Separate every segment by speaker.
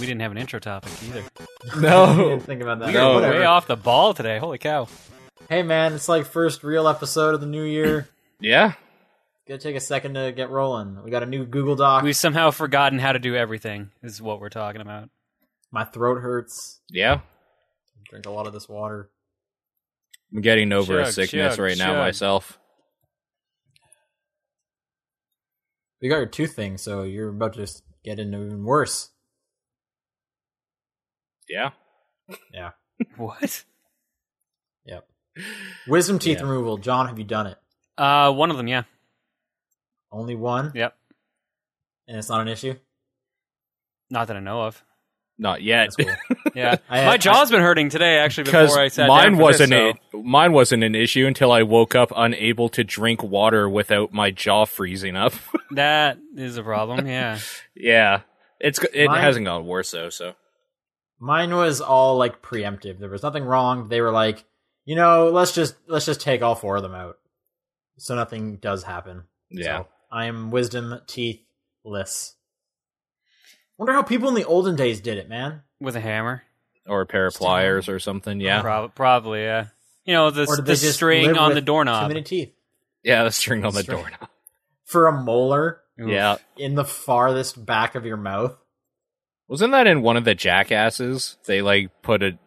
Speaker 1: we didn't have an intro topic either.
Speaker 2: No.
Speaker 3: Think about that.
Speaker 1: We
Speaker 2: No.
Speaker 1: are
Speaker 3: Whatever.
Speaker 1: way off the ball today. Holy cow!
Speaker 3: Hey man, it's like first real episode of the new year.
Speaker 2: yeah.
Speaker 3: Gonna take a second to get rolling. We got a new Google
Speaker 2: Ah.
Speaker 3: Doc.
Speaker 1: We've somehow forgotten how to do everything. Is what we're talking about.
Speaker 3: My throat hurts.
Speaker 2: Yeah.
Speaker 3: Drink a lot of this water.
Speaker 2: I'm getting over a
Speaker 1: Chug,
Speaker 2: sickness
Speaker 1: chug,
Speaker 2: right now
Speaker 1: chug.
Speaker 2: myself.
Speaker 3: You got your tooth thing, so you're about to just get into even worse.
Speaker 2: Yeah.
Speaker 1: What?
Speaker 3: Yep. Wisdom teeth
Speaker 2: Yeah.
Speaker 3: removal. John, have you done it?
Speaker 1: Uh, one of them. Yeah.
Speaker 3: Only one,
Speaker 1: Yep.
Speaker 3: and it's not an issue.
Speaker 1: Not that I know of.
Speaker 2: Not yet.
Speaker 3: That's cool.
Speaker 1: Yeah.
Speaker 3: I-
Speaker 1: My
Speaker 3: I-
Speaker 1: jaw's been hurting today. Actually,
Speaker 2: Because
Speaker 1: before I sat down
Speaker 2: mine
Speaker 1: for
Speaker 2: wasn't
Speaker 1: this, so-
Speaker 2: a, mine wasn't an issue until I woke up unable to drink water without my jaw freezing up.
Speaker 1: That is a problem. Yeah.
Speaker 2: yeah. It's it
Speaker 3: Mine-
Speaker 2: hasn't gotten worse though, so
Speaker 3: Mine was all like preemptive. There was nothing wrong. They were like, you know, let's just let's just take all four of them out, so nothing does happen.
Speaker 2: yeah.
Speaker 3: So, I am wisdom teethless. Wonder how people in the olden days did it, man.
Speaker 1: With a hammer.
Speaker 2: Or a pair of pliers or something. Yeah.
Speaker 1: Prob- probably. Yeah. You know the,
Speaker 3: Or did
Speaker 1: the
Speaker 3: they just
Speaker 1: string
Speaker 3: live
Speaker 1: on
Speaker 3: with
Speaker 1: the
Speaker 3: Too
Speaker 1: doorknob.
Speaker 3: many teeth
Speaker 2: Yeah, the string on the
Speaker 3: String.
Speaker 2: doorknob.
Speaker 3: for a molar
Speaker 1: Oof.
Speaker 2: Yeah.
Speaker 3: in the farthest back of your mouth.
Speaker 2: Wasn't that in one of the jackasses? They like put a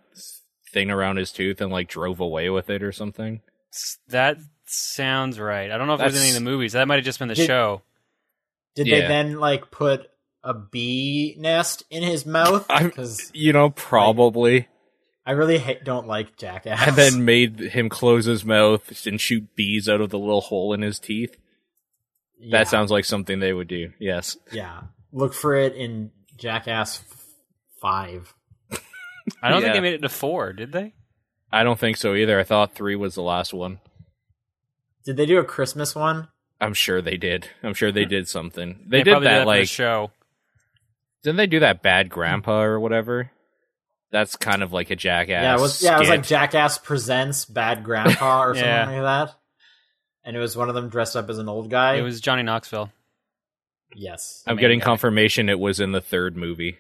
Speaker 2: thing around his tooth and like drove away with it or something.
Speaker 1: S- That sounds right. I don't know if it was
Speaker 2: That's-
Speaker 1: any of the movies. That might have just been the
Speaker 3: Did-
Speaker 1: show.
Speaker 3: Did they
Speaker 2: Yeah.
Speaker 3: then like put a bee nest in his mouth?
Speaker 2: I'm-
Speaker 3: Because
Speaker 2: You know, probably.
Speaker 3: I really hate, don't like jackass.
Speaker 2: and then made him close his mouth and shoot bees out of the little hole in his teeth.
Speaker 3: yeah,
Speaker 2: That sounds like something they would do. Yes.
Speaker 3: yeah. Look for it in Jackass f- Five.
Speaker 1: I don't think
Speaker 2: Yeah.
Speaker 1: they made it to four, did they?
Speaker 2: I don't think so either. I thought three was the last one.
Speaker 3: Did they do a Christmas one?
Speaker 2: I'm sure they did. I'm sure they did something. They,
Speaker 1: They
Speaker 2: did
Speaker 1: probably
Speaker 2: that
Speaker 1: did for the
Speaker 2: like
Speaker 1: show.
Speaker 2: didn't they do that bad grandpa or whatever? That's kind of like a jackass.
Speaker 3: yeah, it was yeah, it was like
Speaker 2: skit.
Speaker 3: Jackass presents Bad Grandpa or
Speaker 1: Yeah.
Speaker 3: something like that. And it was one of them dressed up as an old guy.
Speaker 1: It was Johnny Knoxville.
Speaker 3: yes. the
Speaker 2: I'm
Speaker 3: main
Speaker 2: getting
Speaker 3: guy.
Speaker 2: confirmation it was in the third movie.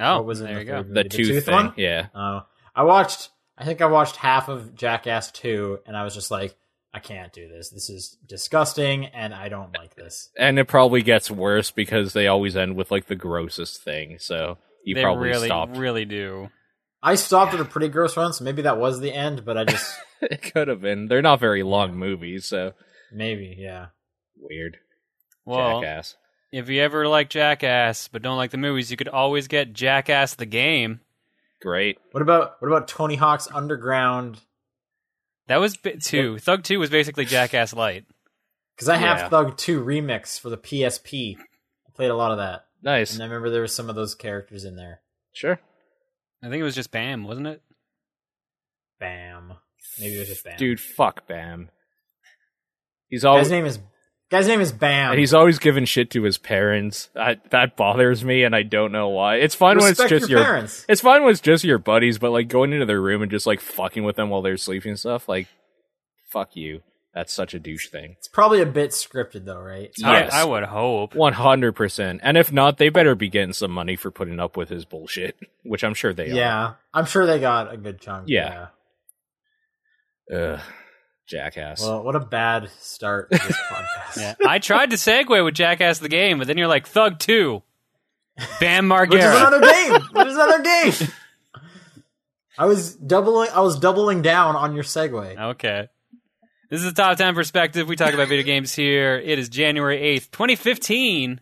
Speaker 1: Oh,
Speaker 3: What was in
Speaker 1: there
Speaker 3: the
Speaker 1: you go.
Speaker 3: third?
Speaker 2: The,
Speaker 3: The
Speaker 2: tooth,
Speaker 3: tooth
Speaker 2: thing.
Speaker 3: one?
Speaker 2: Yeah.
Speaker 3: Oh, I watched. I think I watched half of Jackass Two, and I was just like, I can't do this. This is disgusting, and I don't like this.
Speaker 2: And it probably gets worse because they always end with like the grossest thing. So you
Speaker 1: they
Speaker 2: probably
Speaker 1: really,
Speaker 2: stopped.
Speaker 1: really do.
Speaker 3: I stopped at a pretty gross one, so maybe that was the end. But I just
Speaker 2: it could have been. They're not very long movies, so
Speaker 3: maybe, yeah.
Speaker 2: weird.
Speaker 1: Well,
Speaker 2: Jackass.
Speaker 1: if you ever like Jackass but don't like the movies, you could always get Jackass the game.
Speaker 2: Great.
Speaker 3: What about what about Tony Hawk's Underground?
Speaker 1: That was bit two. Thug two was basically Jackass Light.
Speaker 3: Because I have
Speaker 2: Yeah.
Speaker 3: Thug Two Remix for the PSP. I played a lot of that,
Speaker 2: Nice.
Speaker 3: and I remember there was some of those characters in there.
Speaker 2: Sure.
Speaker 1: I think it was just Bam, wasn't it?
Speaker 3: Bam. Maybe it was just Bam.
Speaker 2: Dude, fuck Bam. He's
Speaker 3: guy's
Speaker 2: always
Speaker 3: name is guy's name is Bam.
Speaker 2: and he's always giving shit to his parents. I, that bothers me and I don't know why. It's fun
Speaker 3: Respect
Speaker 2: when it's just
Speaker 3: your,
Speaker 2: your,
Speaker 3: parents.
Speaker 2: It's fine when it's just your buddies, but like going into their room and just like fucking with them while they're sleeping and stuff, like fuck you. That's such a douche thing.
Speaker 3: It's probably a bit scripted though, right? It's
Speaker 2: Yes.
Speaker 1: I, I would hope.
Speaker 2: One hundred percent. And if not, they better be getting some money for putting up with his bullshit. Which I'm sure they are.
Speaker 3: Yeah, I'm sure they got a good chunk.
Speaker 2: Yeah. Ugh, jackass.
Speaker 3: Well, what a bad start to this podcast.
Speaker 1: Yeah. I tried to segue with Jackass the game, but then you're like Thug two, Bam
Speaker 3: Which is
Speaker 1: Margera.
Speaker 3: another game. Which is another game. I was doubling. I was doubling down on your segue.
Speaker 1: Okay. This is the top 10 perspective. We talk about video games here. It is January 8th, 2015.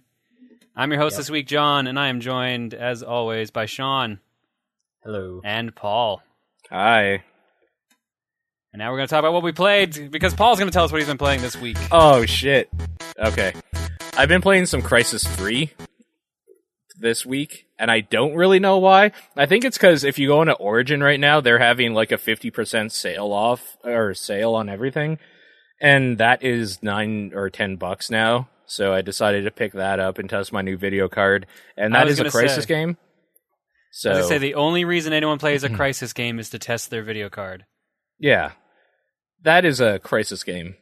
Speaker 1: I'm your host
Speaker 3: Yep.
Speaker 1: this week, John, and I am joined, as always, by Sean
Speaker 3: Hello.
Speaker 1: and Paul.
Speaker 2: Hi.
Speaker 1: And now we're going to talk about what we played because Paul's going to tell us what he's been playing this week.
Speaker 2: Oh shit. Okay. I've been playing some Crisis 3 this week, and I don't really know why. I think it's because if you go into Origin right now, they're having like a 50% sale off or sale on everything. And that is nine or ten bucks now. So I decided to pick that up and test my new video card. And
Speaker 1: I
Speaker 2: that
Speaker 1: was
Speaker 2: is a
Speaker 1: gonna
Speaker 2: crisis
Speaker 1: say.
Speaker 2: game. So Hmm.
Speaker 1: As I say, the only reason anyone plays a Crisis game is to test their video card.
Speaker 2: Yeah. That is a crisis game.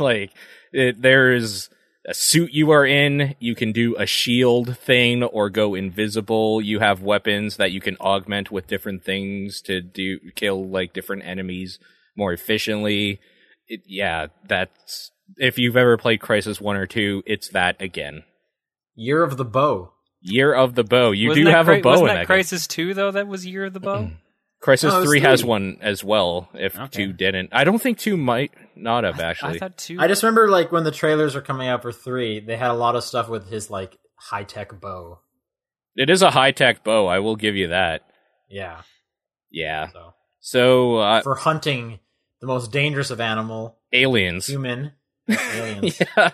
Speaker 2: like, it, there is a suit you are in. You can do a shield thing or go invisible. You have weapons that you can augment with different things to do kill like different enemies more efficiently. It, yeah, that's if you've ever played Crisis One or Two, it's that again.
Speaker 3: Year of the Bow.
Speaker 2: Year of the Bow. You
Speaker 1: Wasn't
Speaker 2: do
Speaker 1: that
Speaker 2: have
Speaker 1: Cri-
Speaker 2: a bow
Speaker 1: Wasn't
Speaker 2: in
Speaker 1: that
Speaker 2: that game. Hmm.
Speaker 1: Crisis Two though? That was Year of the Bow.
Speaker 2: Crisis
Speaker 3: Oh, it
Speaker 2: Three
Speaker 3: was
Speaker 2: has
Speaker 3: three.
Speaker 2: one as well. If
Speaker 1: Okay.
Speaker 2: two didn't, I don't think two might not have
Speaker 1: I
Speaker 2: actually.
Speaker 1: thought two.
Speaker 3: I just remember like when the trailers were coming out for three, they had a lot of stuff with his like high tech bow.
Speaker 2: it is a high tech bow. I will give you that.
Speaker 3: Yeah.
Speaker 2: Yeah.
Speaker 3: So
Speaker 2: So uh,
Speaker 3: for hunting the most dangerous of animal,
Speaker 2: aliens.
Speaker 3: human. Aliens.
Speaker 2: yeah.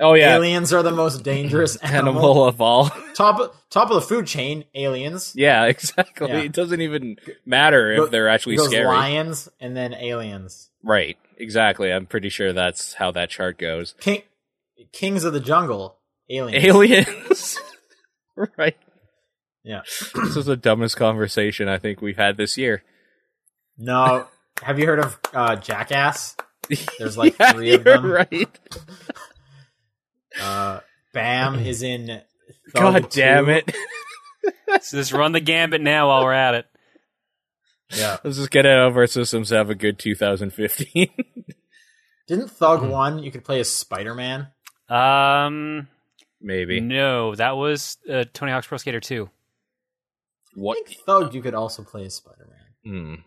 Speaker 2: Oh yeah.
Speaker 3: Aliens are the most dangerous
Speaker 2: Animal.
Speaker 3: animal.
Speaker 2: of all.
Speaker 3: Top top of the food chain, aliens.
Speaker 2: yeah, exactly.
Speaker 3: Yeah.
Speaker 2: It doesn't even matter if
Speaker 3: Go-
Speaker 2: they're actually
Speaker 3: goes
Speaker 2: scary.
Speaker 3: lions and then aliens.
Speaker 2: Right. Exactly. I'm pretty sure that's how that chart goes.
Speaker 3: King, kings of the jungle, aliens.
Speaker 2: Aliens. right.
Speaker 3: Yeah.
Speaker 2: This is the dumbest conversation I think we've had this year.
Speaker 3: No, have you heard of uh, Jackass? There's like
Speaker 2: Yeah,
Speaker 3: three of
Speaker 2: you're
Speaker 3: them.
Speaker 2: Right.
Speaker 3: Uh, Bam is in. Thug
Speaker 2: God damn
Speaker 3: 2.
Speaker 2: it.
Speaker 1: So just run the gambit now while we're at it.
Speaker 3: Yeah.
Speaker 2: Let's just get it out of our systems. Have a good 2015.
Speaker 3: Didn't Thug
Speaker 2: Mhm.
Speaker 3: One you could play as Spider Man?
Speaker 1: Um,
Speaker 2: Maybe.
Speaker 3: Mm.
Speaker 1: no, that was uh, Tony Hawk's Pro Skater Two.
Speaker 3: I
Speaker 2: What?
Speaker 3: think Thug you could also play as Spider Man.
Speaker 2: Hmm.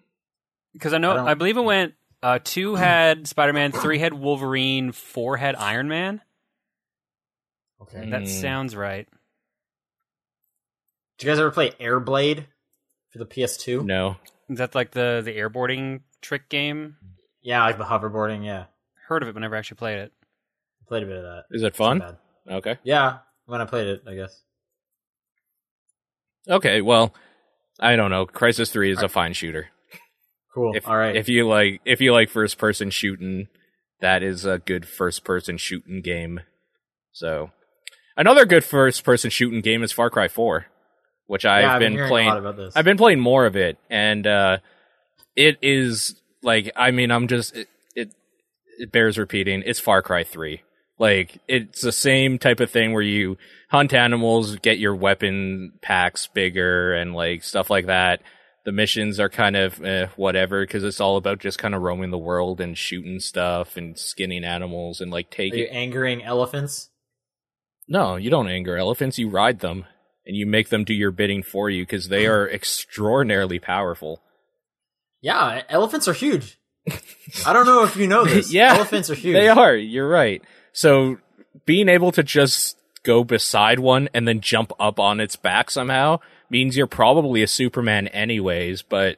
Speaker 1: Because I know,
Speaker 3: I don't- Hmm.
Speaker 1: I, believe it went. Uh, two had Spider Man, three had Wolverine, four had Iron Man.
Speaker 3: Okay.
Speaker 2: Mm.
Speaker 1: That sounds right.
Speaker 3: Did you guys ever play Airblade for the PS2?
Speaker 2: No.
Speaker 1: Is that like the the airboarding trick game?
Speaker 3: Yeah, like the hoverboarding. Yeah,
Speaker 1: Heard of it, but never actually played it.
Speaker 3: I played a bit of that.
Speaker 2: Is it
Speaker 3: Not
Speaker 2: fun?
Speaker 3: bad.
Speaker 2: Okay.
Speaker 3: Yeah, when I played it, I guess.
Speaker 2: Okay. Well, I don't know. Crisis Three is a fine shooter.
Speaker 3: Cool.
Speaker 2: If
Speaker 3: All right.
Speaker 2: if you like if you like first person shooting, that is a good first person shooting game. So another good first person shooting game is Far Cry Four, which I've,
Speaker 3: yeah, I've
Speaker 2: been,
Speaker 3: hearing
Speaker 2: playing.
Speaker 3: a lot about this.
Speaker 2: I've been playing more of it, and uh, it is like I mean I'm just it, it it bears repeating. It's Far Cry Three. Like it's the same type of thing where you hunt animals, get your weapon packs bigger, and like stuff like that. The missions are kind of eh, whatever because it's all about just kind of roaming the world and shooting stuff and skinning animals and like
Speaker 3: Are you
Speaker 2: taking.
Speaker 3: angering elephants?
Speaker 2: No, you don't anger elephants. You ride them and you make them do your bidding for you because they
Speaker 3: Uh-huh.
Speaker 2: are extraordinarily powerful.
Speaker 3: Yeah, e-, elephants are huge. I don't know if you know this.
Speaker 2: Yeah,
Speaker 3: elephants are huge.
Speaker 2: They are. You're right. So being able to just go beside one and then jump up on its back somehow means you're probably a Superman anyways, but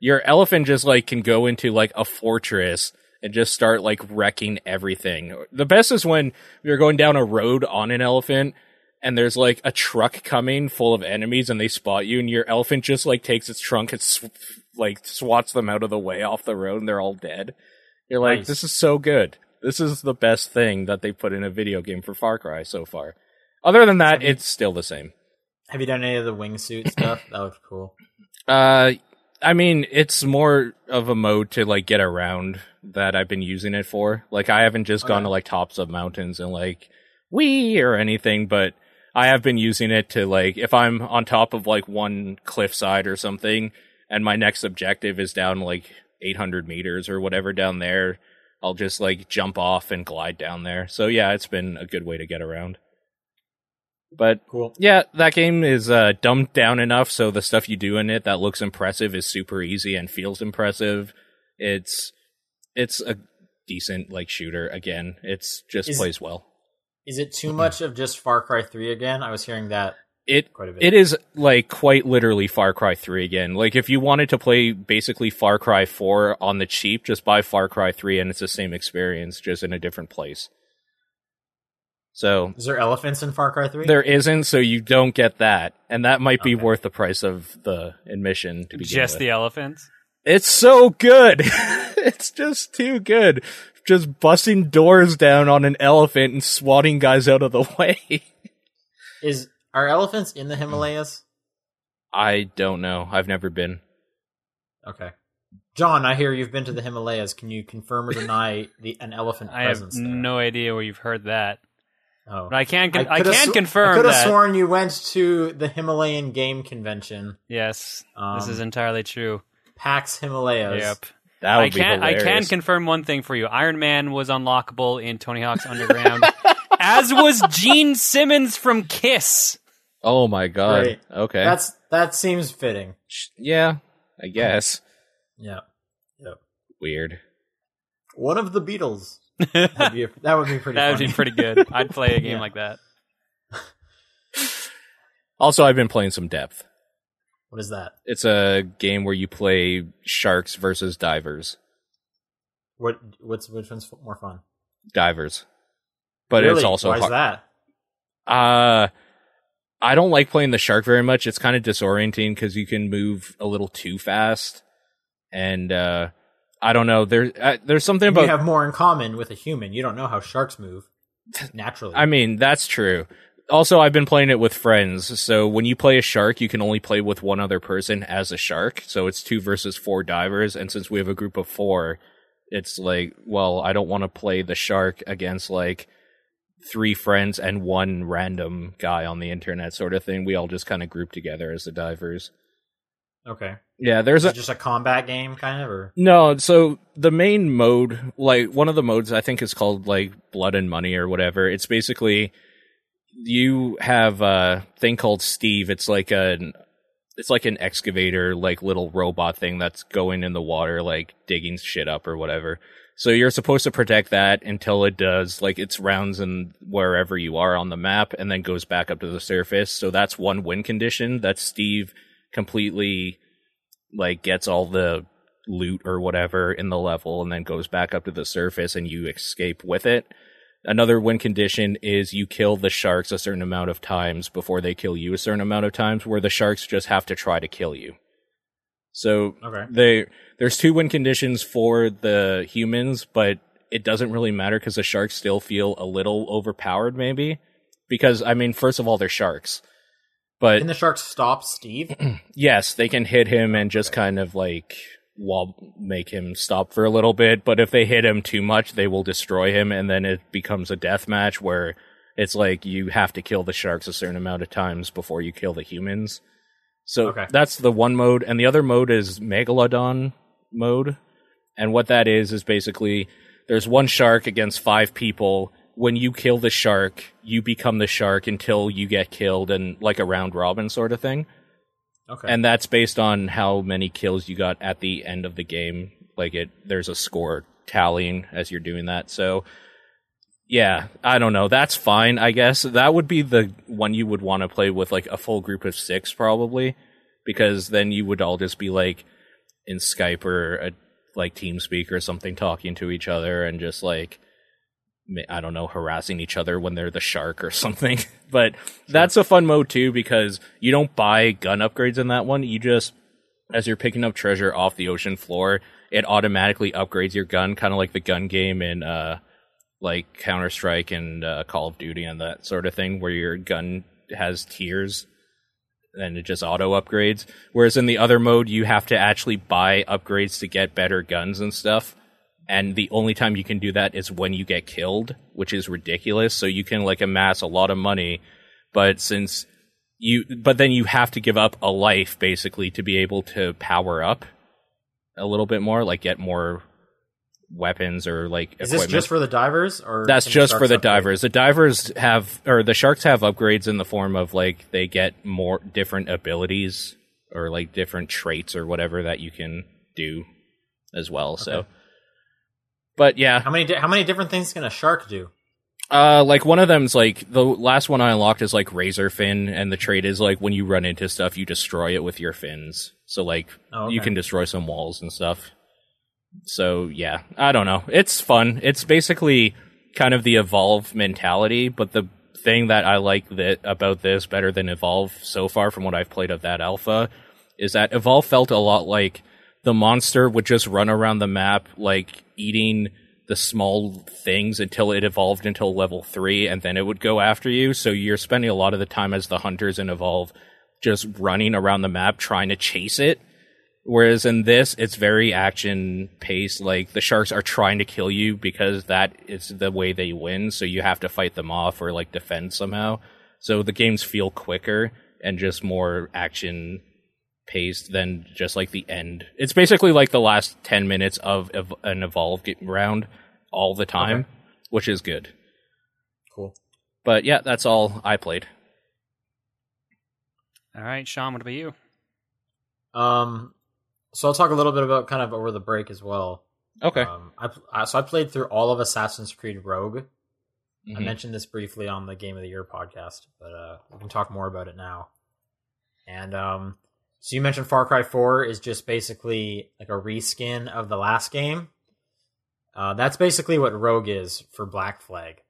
Speaker 2: your elephant just like can go into like a fortress and just start like wrecking everything. The best is when you're going down a road on an elephant and there's like a truck coming full of enemies and they spot you and your elephant just like takes its trunk and sw- like swats them out of the way off the road and they're all dead. You're like,
Speaker 3: Nice.
Speaker 2: this is so good. This is the best thing that they put in a video game for Far Cry so far. Other than that, it's still the same.
Speaker 3: Have you done any of the wingsuit stuff? That looks cool.
Speaker 2: Uh, I mean, it's more of a mode to like get around that I've been using it for. Like, I haven't just gone
Speaker 3: Okay.
Speaker 2: to like tops of mountains and like we or anything, but I have been using it to like if I'm on top of like one cliffside or something, and my next objective is down like 800 meters or whatever down there. I'll just like jump off and glide down there. So yeah, it's been a good way to get around. But
Speaker 3: Cool.
Speaker 2: yeah, that game is uh, dumbed down enough so the stuff you do in it that looks impressive is super easy and feels impressive. It's it's a decent like shooter again. It's just
Speaker 3: Is-
Speaker 2: plays well.
Speaker 3: Is it too much of just Far Cry 3 again? I was hearing that
Speaker 2: It
Speaker 3: quite a bit.
Speaker 2: it is like quite literally Far Cry 3 again. Like if you wanted to play basically Far Cry 4 on the cheap, just buy Far Cry 3 and it's the same experience just in a different place. So,
Speaker 3: Is there elephants in Far Cry 3?
Speaker 2: There isn't, so you don't get that, and that might be
Speaker 3: Okay.
Speaker 2: worth the price of the admission to begin
Speaker 1: Just
Speaker 2: with.
Speaker 1: the elephants.
Speaker 2: it's so good. it's just too good. Just busting doors down on an elephant and swatting guys out of the way.
Speaker 3: Is are elephants in the Himalayas?
Speaker 2: I don't know. I've never been.
Speaker 3: Okay. John, I hear you've been to the Himalayas. Can you confirm or deny the an elephant
Speaker 1: I have
Speaker 3: presence? there?
Speaker 1: no idea where you've heard that,
Speaker 3: Oh.
Speaker 1: but I can con- I,
Speaker 3: coulda
Speaker 1: can
Speaker 3: sw- I
Speaker 1: confirm
Speaker 3: could have
Speaker 1: that.
Speaker 3: sworn you went to the Himalayan Game Convention,
Speaker 1: yes,
Speaker 3: Um,
Speaker 1: this is entirely true.
Speaker 3: PAX Himalayas.
Speaker 1: Yep.
Speaker 2: That would
Speaker 1: I
Speaker 2: be
Speaker 1: can I can
Speaker 2: hilarious.
Speaker 1: confirm one thing for you. Iron Man was unlockable in Tony Hawk's Underground, as was Gene Simmons from Kiss.
Speaker 2: oh my god.
Speaker 3: Great.
Speaker 2: Okay.
Speaker 3: That's that seems fitting.
Speaker 2: Sh- yeah. I guess.
Speaker 3: Yeah.
Speaker 2: Weird.
Speaker 3: One of the Beatles.
Speaker 1: that
Speaker 3: That'd be, that would be pretty.
Speaker 1: would be
Speaker 3: funny.
Speaker 1: pretty good. I'd play a game
Speaker 3: Yeah.
Speaker 1: like that.
Speaker 2: Also, I've been playing some depth.
Speaker 3: What is that?
Speaker 2: It's a game where you play sharks versus divers.
Speaker 3: What? What's which one's f- more fun?
Speaker 2: Divers. But
Speaker 3: really?
Speaker 2: it's also
Speaker 3: why
Speaker 2: hard.
Speaker 3: is that?
Speaker 2: Uh I don't like playing the shark very much. It's kind of disorienting because you can move a little too fast, and uh, I don't know. There, uh, there's something
Speaker 3: you
Speaker 2: about.
Speaker 3: have more in common with a human. You don't know how sharks move naturally.
Speaker 2: I mean, that's true. Also, I've been playing it with friends, so when you play a shark, you can only play with one other person as a shark. So it's two versus four divers, and since we have a group of four, it's like, well, I don't want to play the shark against like three friends and one random guy on the internet, sort of thing. We all just kind of group together as the divers.
Speaker 3: okay.
Speaker 2: Yeah, there's
Speaker 3: Is
Speaker 2: a
Speaker 3: it just a combat game, kind of, or
Speaker 2: no, so the main mode, like one of the modes I think is called like Blood and Money or whatever. It's basically you have a thing called Steve. It's like an it's like an excavator, like little robot thing that's going in the water, like digging shit up or whatever. So you're supposed to protect that until it does like its rounds and wherever you are on the map and then goes back up to the surface. So that's one win condition. That's Steve completely like gets all the loot or whatever in the level and then goes back up to the surface and you escape with it. Another win condition is you kill the sharks a certain amount of times before they kill you a certain amount of times where the sharks just have to try to kill you. So
Speaker 3: okay?
Speaker 2: they there's two win conditions for the humans, but it doesn't really matter because the sharks still feel a little overpowered, maybe. Because I mean, first of all, they're sharks, but
Speaker 3: Can the sharks stop Steve?
Speaker 2: yes, they can hit him and just kind of like wob- make him stop for a little bit. But if they hit him too much, they will destroy him, and then it becomes a death match where it's like you have to kill the sharks a certain amount of times before you kill the humans. So
Speaker 3: Okay.
Speaker 2: that's the one mode, and the other mode is Megalodon mode. And what that is is basically there's one shark against five people. When you kill the shark, you become the shark until you get killed, and like a round robin sort of thing.
Speaker 3: Okay.
Speaker 2: And that's based on how many kills you got at the end of the game. Like it there's a score tallying as you're doing that. So yeah, I don't know. That's fine, I guess. That would be the one you would want to play with like a full group of 6 probably because then you would all just be like in Skype or a, like TeamSpeak or something talking to each other and just like ma- I don't know harassing each other when they're the shark or something. but that's a fun mode too because you don't buy gun upgrades in that one. You just as you're picking up treasure off the ocean floor, it automatically upgrades your gun, kind of like the gun game in uh like Counter Strike and uh, Call of Duty and that sort of thing, where your gun has tiers and it just auto upgrades. Whereas in the other mode, you have to actually buy upgrades to get better guns and stuff. And the only time you can do that is when you get killed, which is ridiculous. So you can like amass a lot of money, but since you, but then you have to give up a life basically to be able to power up a little bit more, like get more weapons or like
Speaker 3: is this
Speaker 2: equipment.
Speaker 3: just for the divers, or
Speaker 2: That's
Speaker 3: can
Speaker 2: just for
Speaker 3: sharks
Speaker 2: the
Speaker 3: upgrade?
Speaker 2: divers. The divers have, or the sharks have upgrades in the form of like they get more different abilities or like different traits or whatever that you can do as well. So,
Speaker 3: Okay.
Speaker 2: but yeah,
Speaker 3: How many? Di- how many different things can a shark do?
Speaker 2: uh, like one of them's like the last one I unlocked is like razor fin, and the trait is like when you run into stuff, you destroy it with your fins. So like
Speaker 3: Oh, okay.
Speaker 2: you can destroy some walls and stuff. So yeah, I don't know. It's fun. It's basically kind of the evolve mentality, but the thing that I like that about this better than evolve so far from what I've played of that alpha is that evolve felt a lot like the monster would just run around the map like eating the small things until it evolved until level 3 and then it would go after you. So you're spending a lot of the time as the hunters in evolve just running around the map trying to chase it Whereas in this, it's very action paced. Like the sharks are trying to kill you because that is the way they win. So you have to fight them off or like defend somehow. So the games feel quicker and just more action paced than just like the end. It's basically like the last 10 minutes of, of an evolved get- round all the time, which is good.
Speaker 3: Cool.
Speaker 2: But yeah, that's all I played.
Speaker 1: All right, Sean, what about you?
Speaker 3: Um, so I'll talk a little bit about kind of over the break as well.
Speaker 2: Okay.
Speaker 3: Um, I, I so I played through all of Assassin's Creed Rogue. I
Speaker 2: Mhm.
Speaker 3: mentioned this briefly on the Game of the Year podcast, but uh, we can talk more about it now. And um, so you mentioned Far Cry 4 is just basically like a reskin of the last game. Uh, that's basically what Rogue is for Black Flag.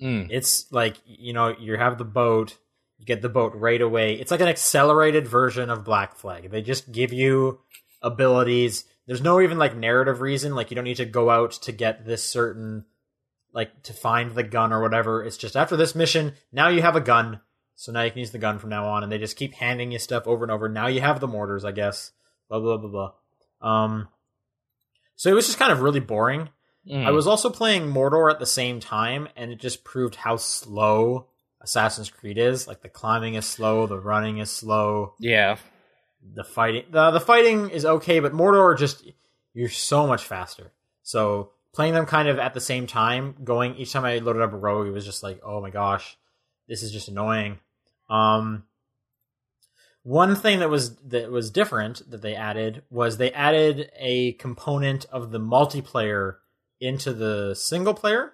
Speaker 2: Mm.
Speaker 3: It's like, you know, you have the boat, you get the boat right away. It's like an accelerated version of Black Flag. They just give you abilities. There's no even like narrative reason. Like, you don't need to go out to get this certain, like, to find the gun or whatever. It's just after this mission, now you have a gun. So now you can use the gun from now on. And they just keep handing you stuff over and over. Now you have the mortars, I guess. Blah, blah, blah, blah. Um, so it was just kind of really boring.
Speaker 2: Mm.
Speaker 3: I was also playing Mordor at the same time, and it just proved how slow Assassin's Creed is. Like the climbing is slow, the running is slow,
Speaker 2: yeah.
Speaker 3: the fighting the, the fighting is okay, but Mordor just you're so much faster. So playing them kind of at the same time, going each time I loaded up a rogue, it was just like, oh my gosh, this is just annoying. Um, one thing that was that was different that they added was they added a component of the multiplayer into the single player.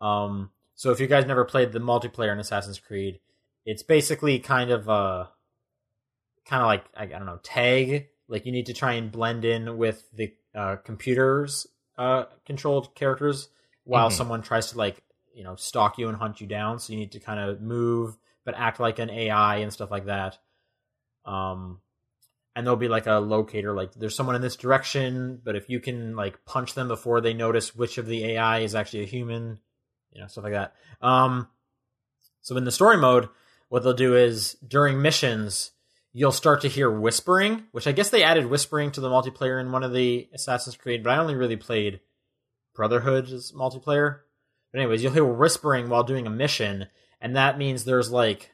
Speaker 3: Um, so if you guys never played the multiplayer in Assassin's Creed, it's basically kind of a kind of like I, I don't know tag. Like you need to try and blend in with the uh, computers uh, controlled characters while
Speaker 2: Mhm.
Speaker 3: someone tries to like you know stalk you and hunt you down. So you need to kind of move but act like an AI and stuff like that. Um, and there'll be like a locator, like there's someone in this direction, but if you can like punch them before they notice which of the AI is actually a human, you know, stuff like that. Um, so in the story mode, what they'll do is during missions, you'll start to hear whispering, which I guess they added whispering to the multiplayer in one of the Assassin's Creed, but I only really played Brotherhood's multiplayer. But anyways, you'll hear whispering while doing a mission, and that means there's like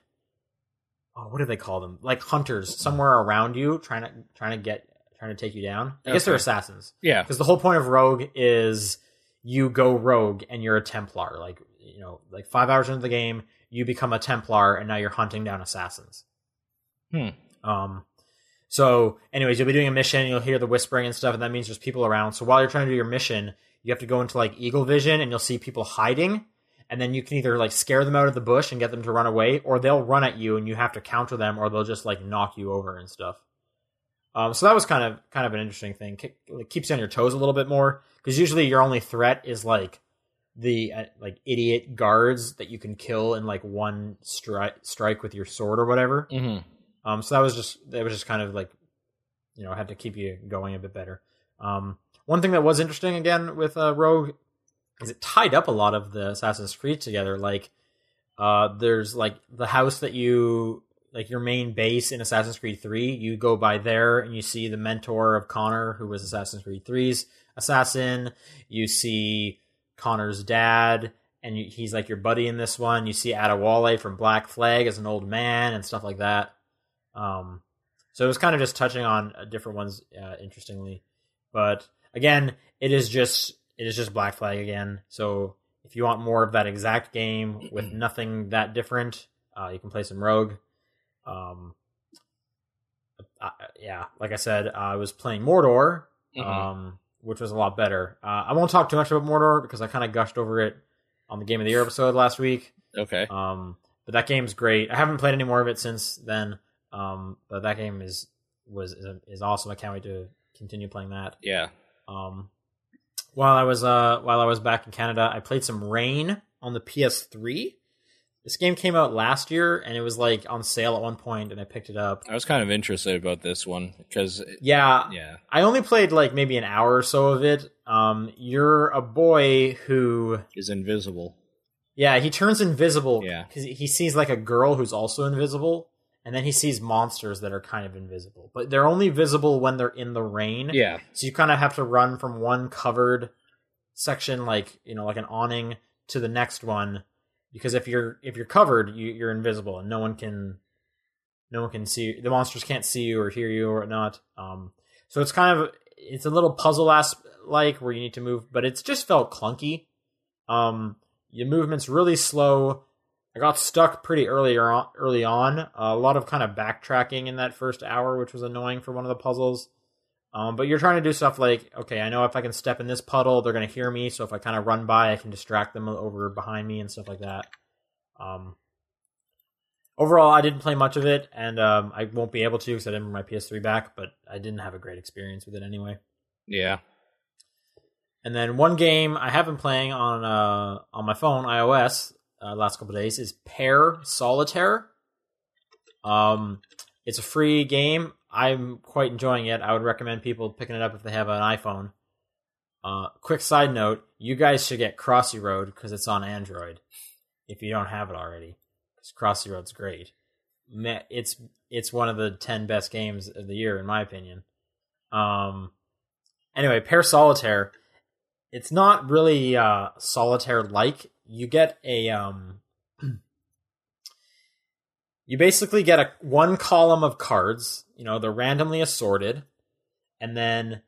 Speaker 3: oh, what do they call them? Like hunters somewhere around you trying to trying to get trying to take you down. I guess they're
Speaker 2: Okay.
Speaker 3: assassins
Speaker 2: Yeah.
Speaker 3: because the whole point of rogue is you go rogue and you're a templar like you know like five hours into the game you become a templar and now you're hunting down assassins
Speaker 2: Hmm.
Speaker 3: um so anyways you'll be doing a mission you'll hear the whispering and stuff and that means there's people around so while you're trying to do your mission you have to go into like eagle vision and you'll see people hiding and then you can either like scare them out of the bush and get them to run away or they'll run at you and you have to counter them or they'll just like knock you over and stuff um, so that was kind of kind of an interesting thing. Ke- It keeps you on your toes a little bit more because usually your only threat is like the uh, like idiot guards that you can kill in like one strike strike with your sword or whatever.
Speaker 2: hmm
Speaker 3: Um, so that was just that was just kind of like, you know, had to keep you going a bit better. Um, one thing that was interesting again with uh, Rogue is it tied up a lot of the Assassin's Creed together. Like, uh, there's like the house that you like your main base in Assassin's Creed Three. You go by there and you see the mentor of Connor, who was Assassin's Creed 3's assassin. You see Connor's dad, and you, he's like your buddy in this one. You see Adewale from Black Flag as an old man and stuff like that. Um, so it was kind of just touching on uh, different ones, uh, interestingly. But again, it is just it is just Black Flag again. So if you want more of that exact game with nothing that different, uh, you can play some Rogue. Um, I, I- yeah, like I said, I was playing Mordor,
Speaker 2: Mm-hmm.
Speaker 3: um, which was a lot better. Uh, I won't talk too much about Mordor because I kind of gushed over it on the Game of the Year episode last week.
Speaker 2: okay.
Speaker 3: Um, but that game's great. I haven't played any more of it since then. Um, but that game is was is awesome. I can't wait to continue playing that.
Speaker 2: Yeah.
Speaker 3: Um, while I was uh while I was back in Canada, I played some Rain on the PS3. This game came out last year, and it was like on sale at one point, and I picked it up.
Speaker 2: I was kind of interested about this one because
Speaker 3: Yeah,
Speaker 2: yeah.
Speaker 3: I only played like maybe an hour or so of it. Um, you're a boy who
Speaker 2: is invisible.
Speaker 3: Yeah, he turns invisible
Speaker 2: Yeah.
Speaker 3: because he sees like a girl who's also invisible, and then he sees monsters that are kind of invisible, but they're only visible when they're in the rain.
Speaker 2: Yeah.
Speaker 3: So you kind of have to run from one covered section, like you know, like an awning, to the next one, because if you're if you're covered, you, you're invisible, and no one can no one can see the monsters can't see you or hear you or whatnot. Um, so it's kind of it's a little puzzle ass like where you need to move, but it's just felt clunky. Um, your movement's really slow. I got stuck pretty early on, early on. a lot of kind of backtracking in that first hour, which was annoying for one of the puzzles. Um, but you're trying to do stuff like, okay, I know if I can step in this puddle, they're going to hear me. So if I kind of run by, I can distract them over behind me and stuff like that. Um, overall, I didn't play much of it, and um, I won't be able to because I didn't bring my PS3 back. But I didn't have a great experience with it anyway.
Speaker 2: Yeah.
Speaker 3: And then one game I have been playing on uh, on my phone, iOS, uh, last couple days is Pair Solitaire. Um, it's a free game. I'm quite enjoying it. I would recommend people picking it up if they have an iPhone. Uh, quick side note: you guys should get Crossy Road because it's on Android. If you don't have it already, because Crossy Road's great. Ma- It's it's one of the ten best games of the year in my opinion. Um, anyway, Pair Solitaire it's not really uh solitaire like you get a um you basically get a one column of cards you know they're randomly assorted and then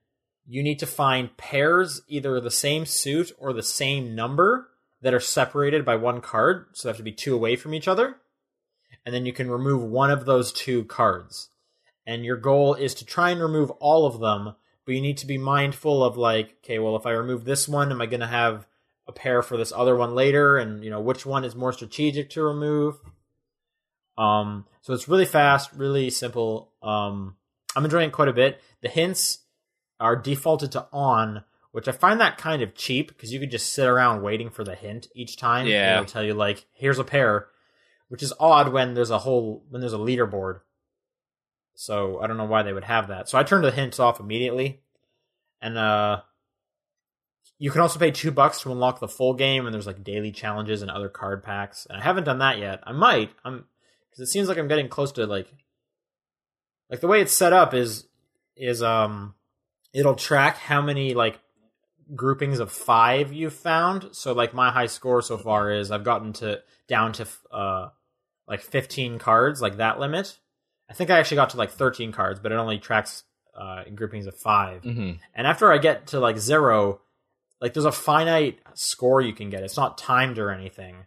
Speaker 3: you need to find pairs either the same suit or the same number that are separated by one card so they have to be two away from each other and then you can remove one of those two cards and your goal is to try and remove all of them but you need to be mindful of like okay well if i remove this one am i going to have a pair for this other one later and you know which one is more strategic to remove um so it's really fast really simple um i'm enjoying it quite a bit the hints are defaulted to on which i find that kind of cheap because you could just sit around waiting for the hint each time
Speaker 2: Yeah.
Speaker 3: and it'll tell you like here's a pair which is odd when there's a whole when there's a leaderboard so I don't know why they would have that. So I turned the hints off immediately. And uh you can also pay two bucks to unlock the full game and there's like daily challenges and other card packs. And I haven't done that yet. I might. I'm cuz it seems like I'm getting close to like like the way it's set up is is um it'll track how many like groupings of 5 you've found. So like my high score so far is I've gotten to down to uh like 15 cards, like that limit. I think I actually got to like 13 cards, but it only tracks uh, groupings of five.
Speaker 2: Mm-hmm.
Speaker 3: And after I get to like zero, like there's a finite score you can get. It's not timed or anything.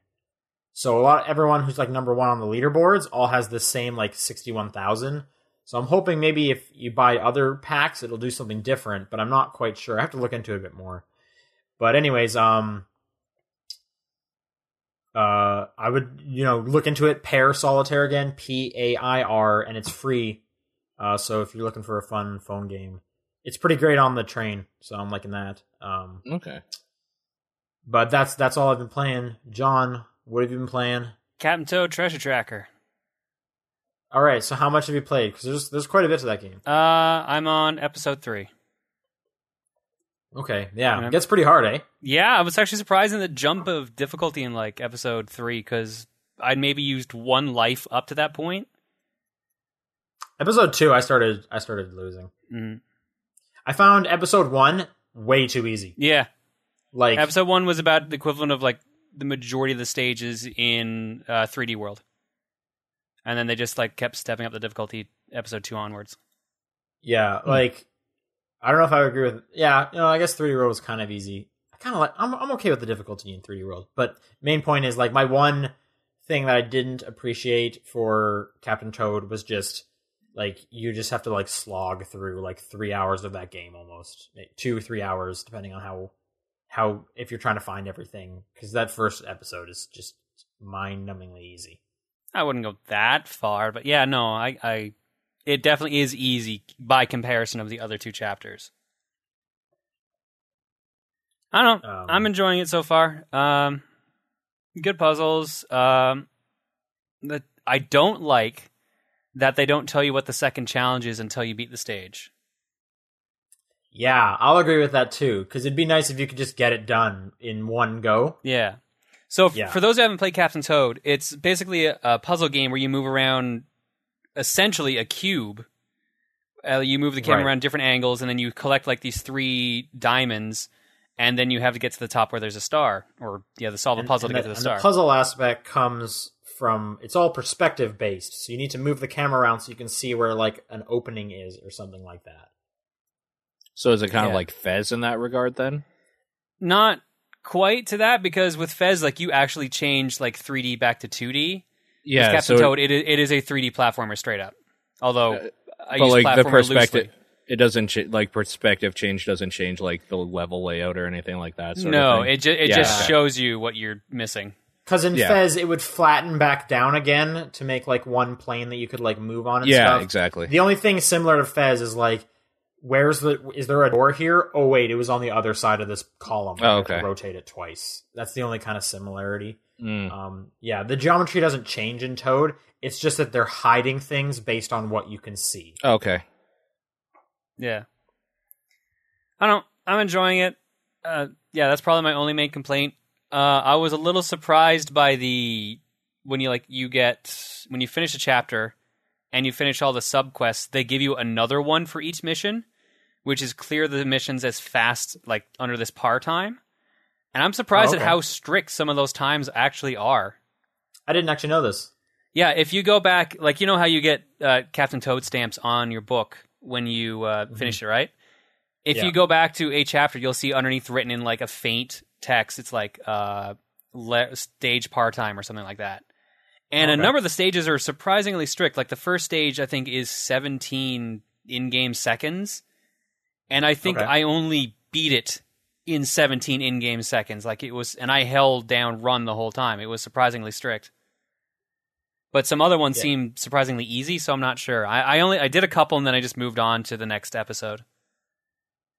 Speaker 3: So a lot everyone who's like number one on the leaderboards all has the same like 61,000. So I'm hoping maybe if you buy other packs, it'll do something different, but I'm not quite sure. I have to look into it a bit more. But anyways, um, uh, I would you know look into it. Pair solitaire again, P A I R, and it's free. Uh, so if you're looking for a fun phone game, it's pretty great on the train. So I'm liking that. Um,
Speaker 2: Okay.
Speaker 3: but that's that's all I've been playing. John, what have you been playing?
Speaker 1: Captain Toad Treasure Tracker.
Speaker 3: All right, so how much have you played? Because there's there's quite a bit to that game.
Speaker 1: Uh, I'm on episode three.
Speaker 3: Okay, yeah,
Speaker 1: Yeah.
Speaker 3: it gets pretty hard, eh?
Speaker 1: Yeah, I was actually surprised in the jump of difficulty in like episode three because I'd maybe used one life up to that point.
Speaker 3: Episode two, I started I started losing.
Speaker 1: Mm.
Speaker 3: I found episode one way too easy.
Speaker 1: Yeah,
Speaker 3: Like
Speaker 1: episode one was about the equivalent of like the majority of the stages in uh, 3D World, and then they just like kept stepping up the difficulty episode two onwards.
Speaker 3: Yeah, like I don't know if I would agree with. Yeah, you know, I guess 3D World was kind of easy. I kind of like. I'm I'm okay with the difficulty in 3D World, but main point is like my one thing that I didn't appreciate for Captain Toad was just like you just have to like slog through like three hours of that game almost Like, two three hours depending on how how if you're trying to find everything because that first episode is just mind numbingly easy.
Speaker 1: I wouldn't go that far, but yeah, no, I, I, it definitely is easy by comparison of the other two chapters. I don't.
Speaker 3: Um,
Speaker 1: I'm enjoying it so far. Um, good puzzles. Um, the I don't like that they don't tell you what the second challenge is until you beat the stage.
Speaker 3: Yeah, I'll agree with that too. Because it'd be nice if you could just get it done in one go.
Speaker 1: Yeah. So f-
Speaker 3: Yeah.
Speaker 1: for those who haven't played Captain Toad, it's basically a, a puzzle game where you move around essentially a cube. Uh, you move the camera
Speaker 3: Right.
Speaker 1: around different angles, and then you collect like these three diamonds, and then you have to get to the top where there's a star, or yeah, to solve a puzzle to
Speaker 3: that-
Speaker 1: get to the
Speaker 3: and
Speaker 1: star.
Speaker 3: The puzzle aspect comes from it's all perspective based, so you need to move the camera around so you can see where like an opening is or something like that.
Speaker 2: So is it kind
Speaker 1: Yeah.
Speaker 2: of like Fez in that regard then?
Speaker 1: Not quite to that because with Fez, like you actually change like 3D back to 2D. With
Speaker 2: Yeah.
Speaker 1: Captain
Speaker 2: so
Speaker 1: Toad, it, it is a 3D platformer straight up. Although
Speaker 2: Uh,
Speaker 1: I
Speaker 2: but
Speaker 1: use
Speaker 2: like the
Speaker 1: platformer
Speaker 2: perspective,
Speaker 1: loosely.
Speaker 2: it doesn't ch- like perspective change doesn't change like the level layout or anything like that. Sort
Speaker 1: No,
Speaker 2: of thing.
Speaker 1: it ju- it
Speaker 2: Yeah.
Speaker 1: just
Speaker 3: Okay.
Speaker 1: shows you what you're missing.
Speaker 3: Because in
Speaker 2: Yeah.
Speaker 3: Fez, it would flatten back down again to make like one plane that you could like move on. And
Speaker 2: yeah,
Speaker 3: stuff.
Speaker 2: exactly.
Speaker 3: The only thing similar to Fez is like, where's the? Is there a door here? Oh wait, it was on the other side of this column.
Speaker 2: Oh,
Speaker 3: You have to
Speaker 2: okay.
Speaker 3: Rotate it twice. That's the only kind of similarity.
Speaker 2: Mm.
Speaker 3: Um, yeah, the geometry doesn't change in Toad. It's just that they're hiding things based on what you can see.
Speaker 2: Okay.
Speaker 1: Yeah. I don't. I'm enjoying it. Uh, yeah, that's probably my only main complaint. Uh, I was a little surprised by the when you like you get when you finish a chapter and you finish all the sub quests, they give you another one for each mission, which is clear the missions as fast like under this par time. And I'm surprised
Speaker 3: Oh,
Speaker 1: at
Speaker 3: okay.
Speaker 1: how strict some of those times actually are.
Speaker 3: I didn't actually know this.
Speaker 1: Yeah, if you go back, like you know how you get uh, Captain Toad stamps on your book when you uh, finish it, right? If
Speaker 3: Mm-hmm. Yeah.
Speaker 1: you go back to a chapter, you'll see underneath written in like a faint text, it's like uh, le- stage par time or something like that. And
Speaker 3: Okay.
Speaker 1: a number of the stages are surprisingly strict. Like the first stage, I think, is 17 in game seconds. And I think
Speaker 3: Okay.
Speaker 1: I only beat it in 17 in game seconds. Like it was, and I held down run the whole time. It was surprisingly strict. But some other ones
Speaker 3: Yeah.
Speaker 1: seem surprisingly easy, so I'm not sure. I, I only I did a couple and then I just moved on to the next episode.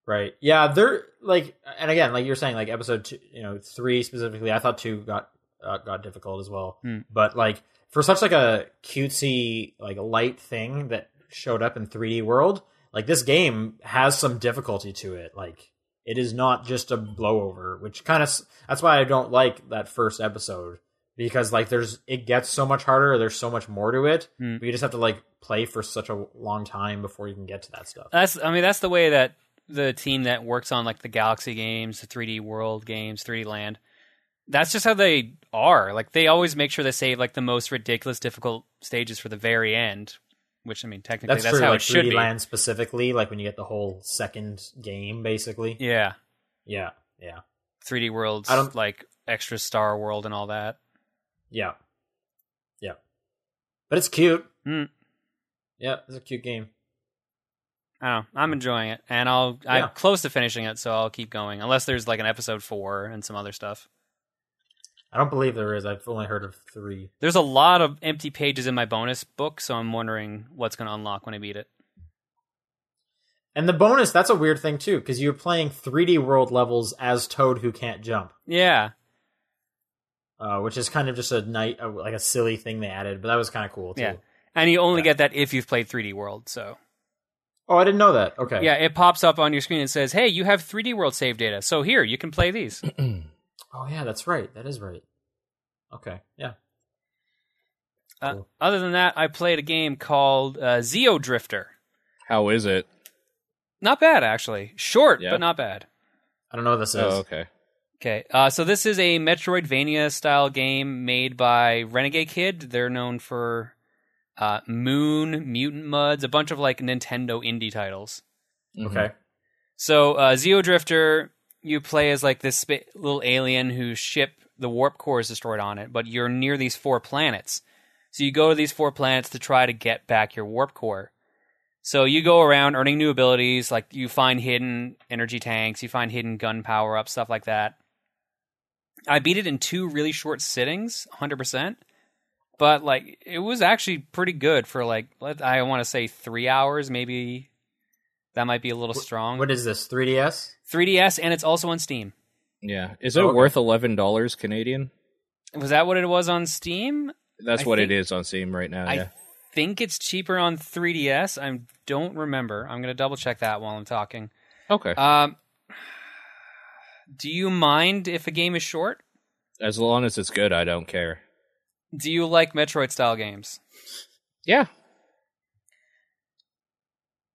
Speaker 3: Right. Yeah, they're like and again, like you're saying like episode 2, you know, 3 specifically, I thought 2 got uh, got difficult as well.
Speaker 1: Hmm.
Speaker 3: But like for such like a cutesy like light thing that showed up in 3D world, like this game has some difficulty to it. Like it is not just a blowover, which kind of that's why I don't like that first episode because like there's it gets so much harder, there's so much more to it.
Speaker 1: Hmm.
Speaker 3: But you just have to like play for such a long time before you can get to that stuff.
Speaker 1: That's I mean that's the way that the team that works on like the Galaxy games, the 3D World games, 3D Land. That's just how they are. Like they always make sure they save like the most ridiculous difficult stages for the very end, which I mean technically
Speaker 3: That's
Speaker 1: that's,
Speaker 3: true.
Speaker 1: how
Speaker 3: like
Speaker 1: it should
Speaker 3: 3D
Speaker 1: be.
Speaker 3: Land specifically, like when you get the whole second game, basically. Yeah,
Speaker 1: Yeah.
Speaker 3: yeah, yeah.
Speaker 1: 3D Worlds
Speaker 3: I don't-
Speaker 1: like extra Star World and all that.
Speaker 3: yeah. But it's cute.
Speaker 1: Hmm.
Speaker 3: Yeah, it's a cute game.
Speaker 1: I don't know. I'm enjoying it, and I'll
Speaker 3: Yeah.
Speaker 1: I'm close to finishing it, so I'll keep going. Unless there's like an episode four and some other stuff.
Speaker 3: I don't believe there is. I've only heard of three.
Speaker 1: There's a lot of empty pages in my bonus book, so I'm wondering what's going to unlock when I beat it.
Speaker 3: And the bonus, that's a weird thing too, because you're playing 3D world levels as Toad who can't jump,
Speaker 1: Yeah,
Speaker 3: uh, which is kind of just a night, uh, like a silly thing they added, but that was kind of cool too.
Speaker 1: Yeah. and you only
Speaker 3: Yeah.
Speaker 1: get that if you've played 3D World. So
Speaker 3: Oh, I didn't know that. Okay.
Speaker 1: yeah, it pops up on your screen and says, "Hey, you have 3D World save data, so here you can play these."
Speaker 3: Oh, yeah, that's right. That is right. Okay. Yeah.
Speaker 1: Uh,
Speaker 3: Cool.
Speaker 1: Other than that, I played a game called uh, Zeo Drifter.
Speaker 2: How is it?
Speaker 1: Not bad actually. Short,
Speaker 2: Yeah.
Speaker 1: but not bad.
Speaker 3: I don't know what this is.
Speaker 2: Oh, okay.
Speaker 1: Okay, uh, so this is a Metroidvania style game made by Renegade Kid. They're known for uh, Moon, Mutant Muds, a bunch of like Nintendo indie titles.
Speaker 2: Mm-hmm.
Speaker 3: Okay.
Speaker 1: Mm-hmm. So uh, Zeo Drifter, you play as like this sp- little alien whose ship, the warp core, is destroyed on it, but you're near these four planets. So you go to these four planets to try to get back your warp core. So you go around earning new abilities, like you find hidden energy tanks, you find hidden gun power ups, stuff like that. I beat it in two really short sittings, 100%. But like it was actually pretty good for like let- I want to say 3 hours, maybe that might be a little strong.
Speaker 3: What is this? 3DS?
Speaker 1: 3DS, and it's also on Steam.
Speaker 2: Yeah. Is it
Speaker 3: Okay.
Speaker 2: worth eleven dollars Canadian?
Speaker 1: Was that what it was on Steam?
Speaker 2: That's
Speaker 1: I
Speaker 2: what
Speaker 1: think-
Speaker 2: it is on Steam right now. Oh, yeah.
Speaker 1: I think it's cheaper on 3DS. I don't remember. I'm going to double check that while I'm talking.
Speaker 2: Okay.
Speaker 1: Um, do you mind if a game is short?
Speaker 2: as long as it's good, I don't care.
Speaker 1: Do you like Metroid style games?
Speaker 2: Yeah.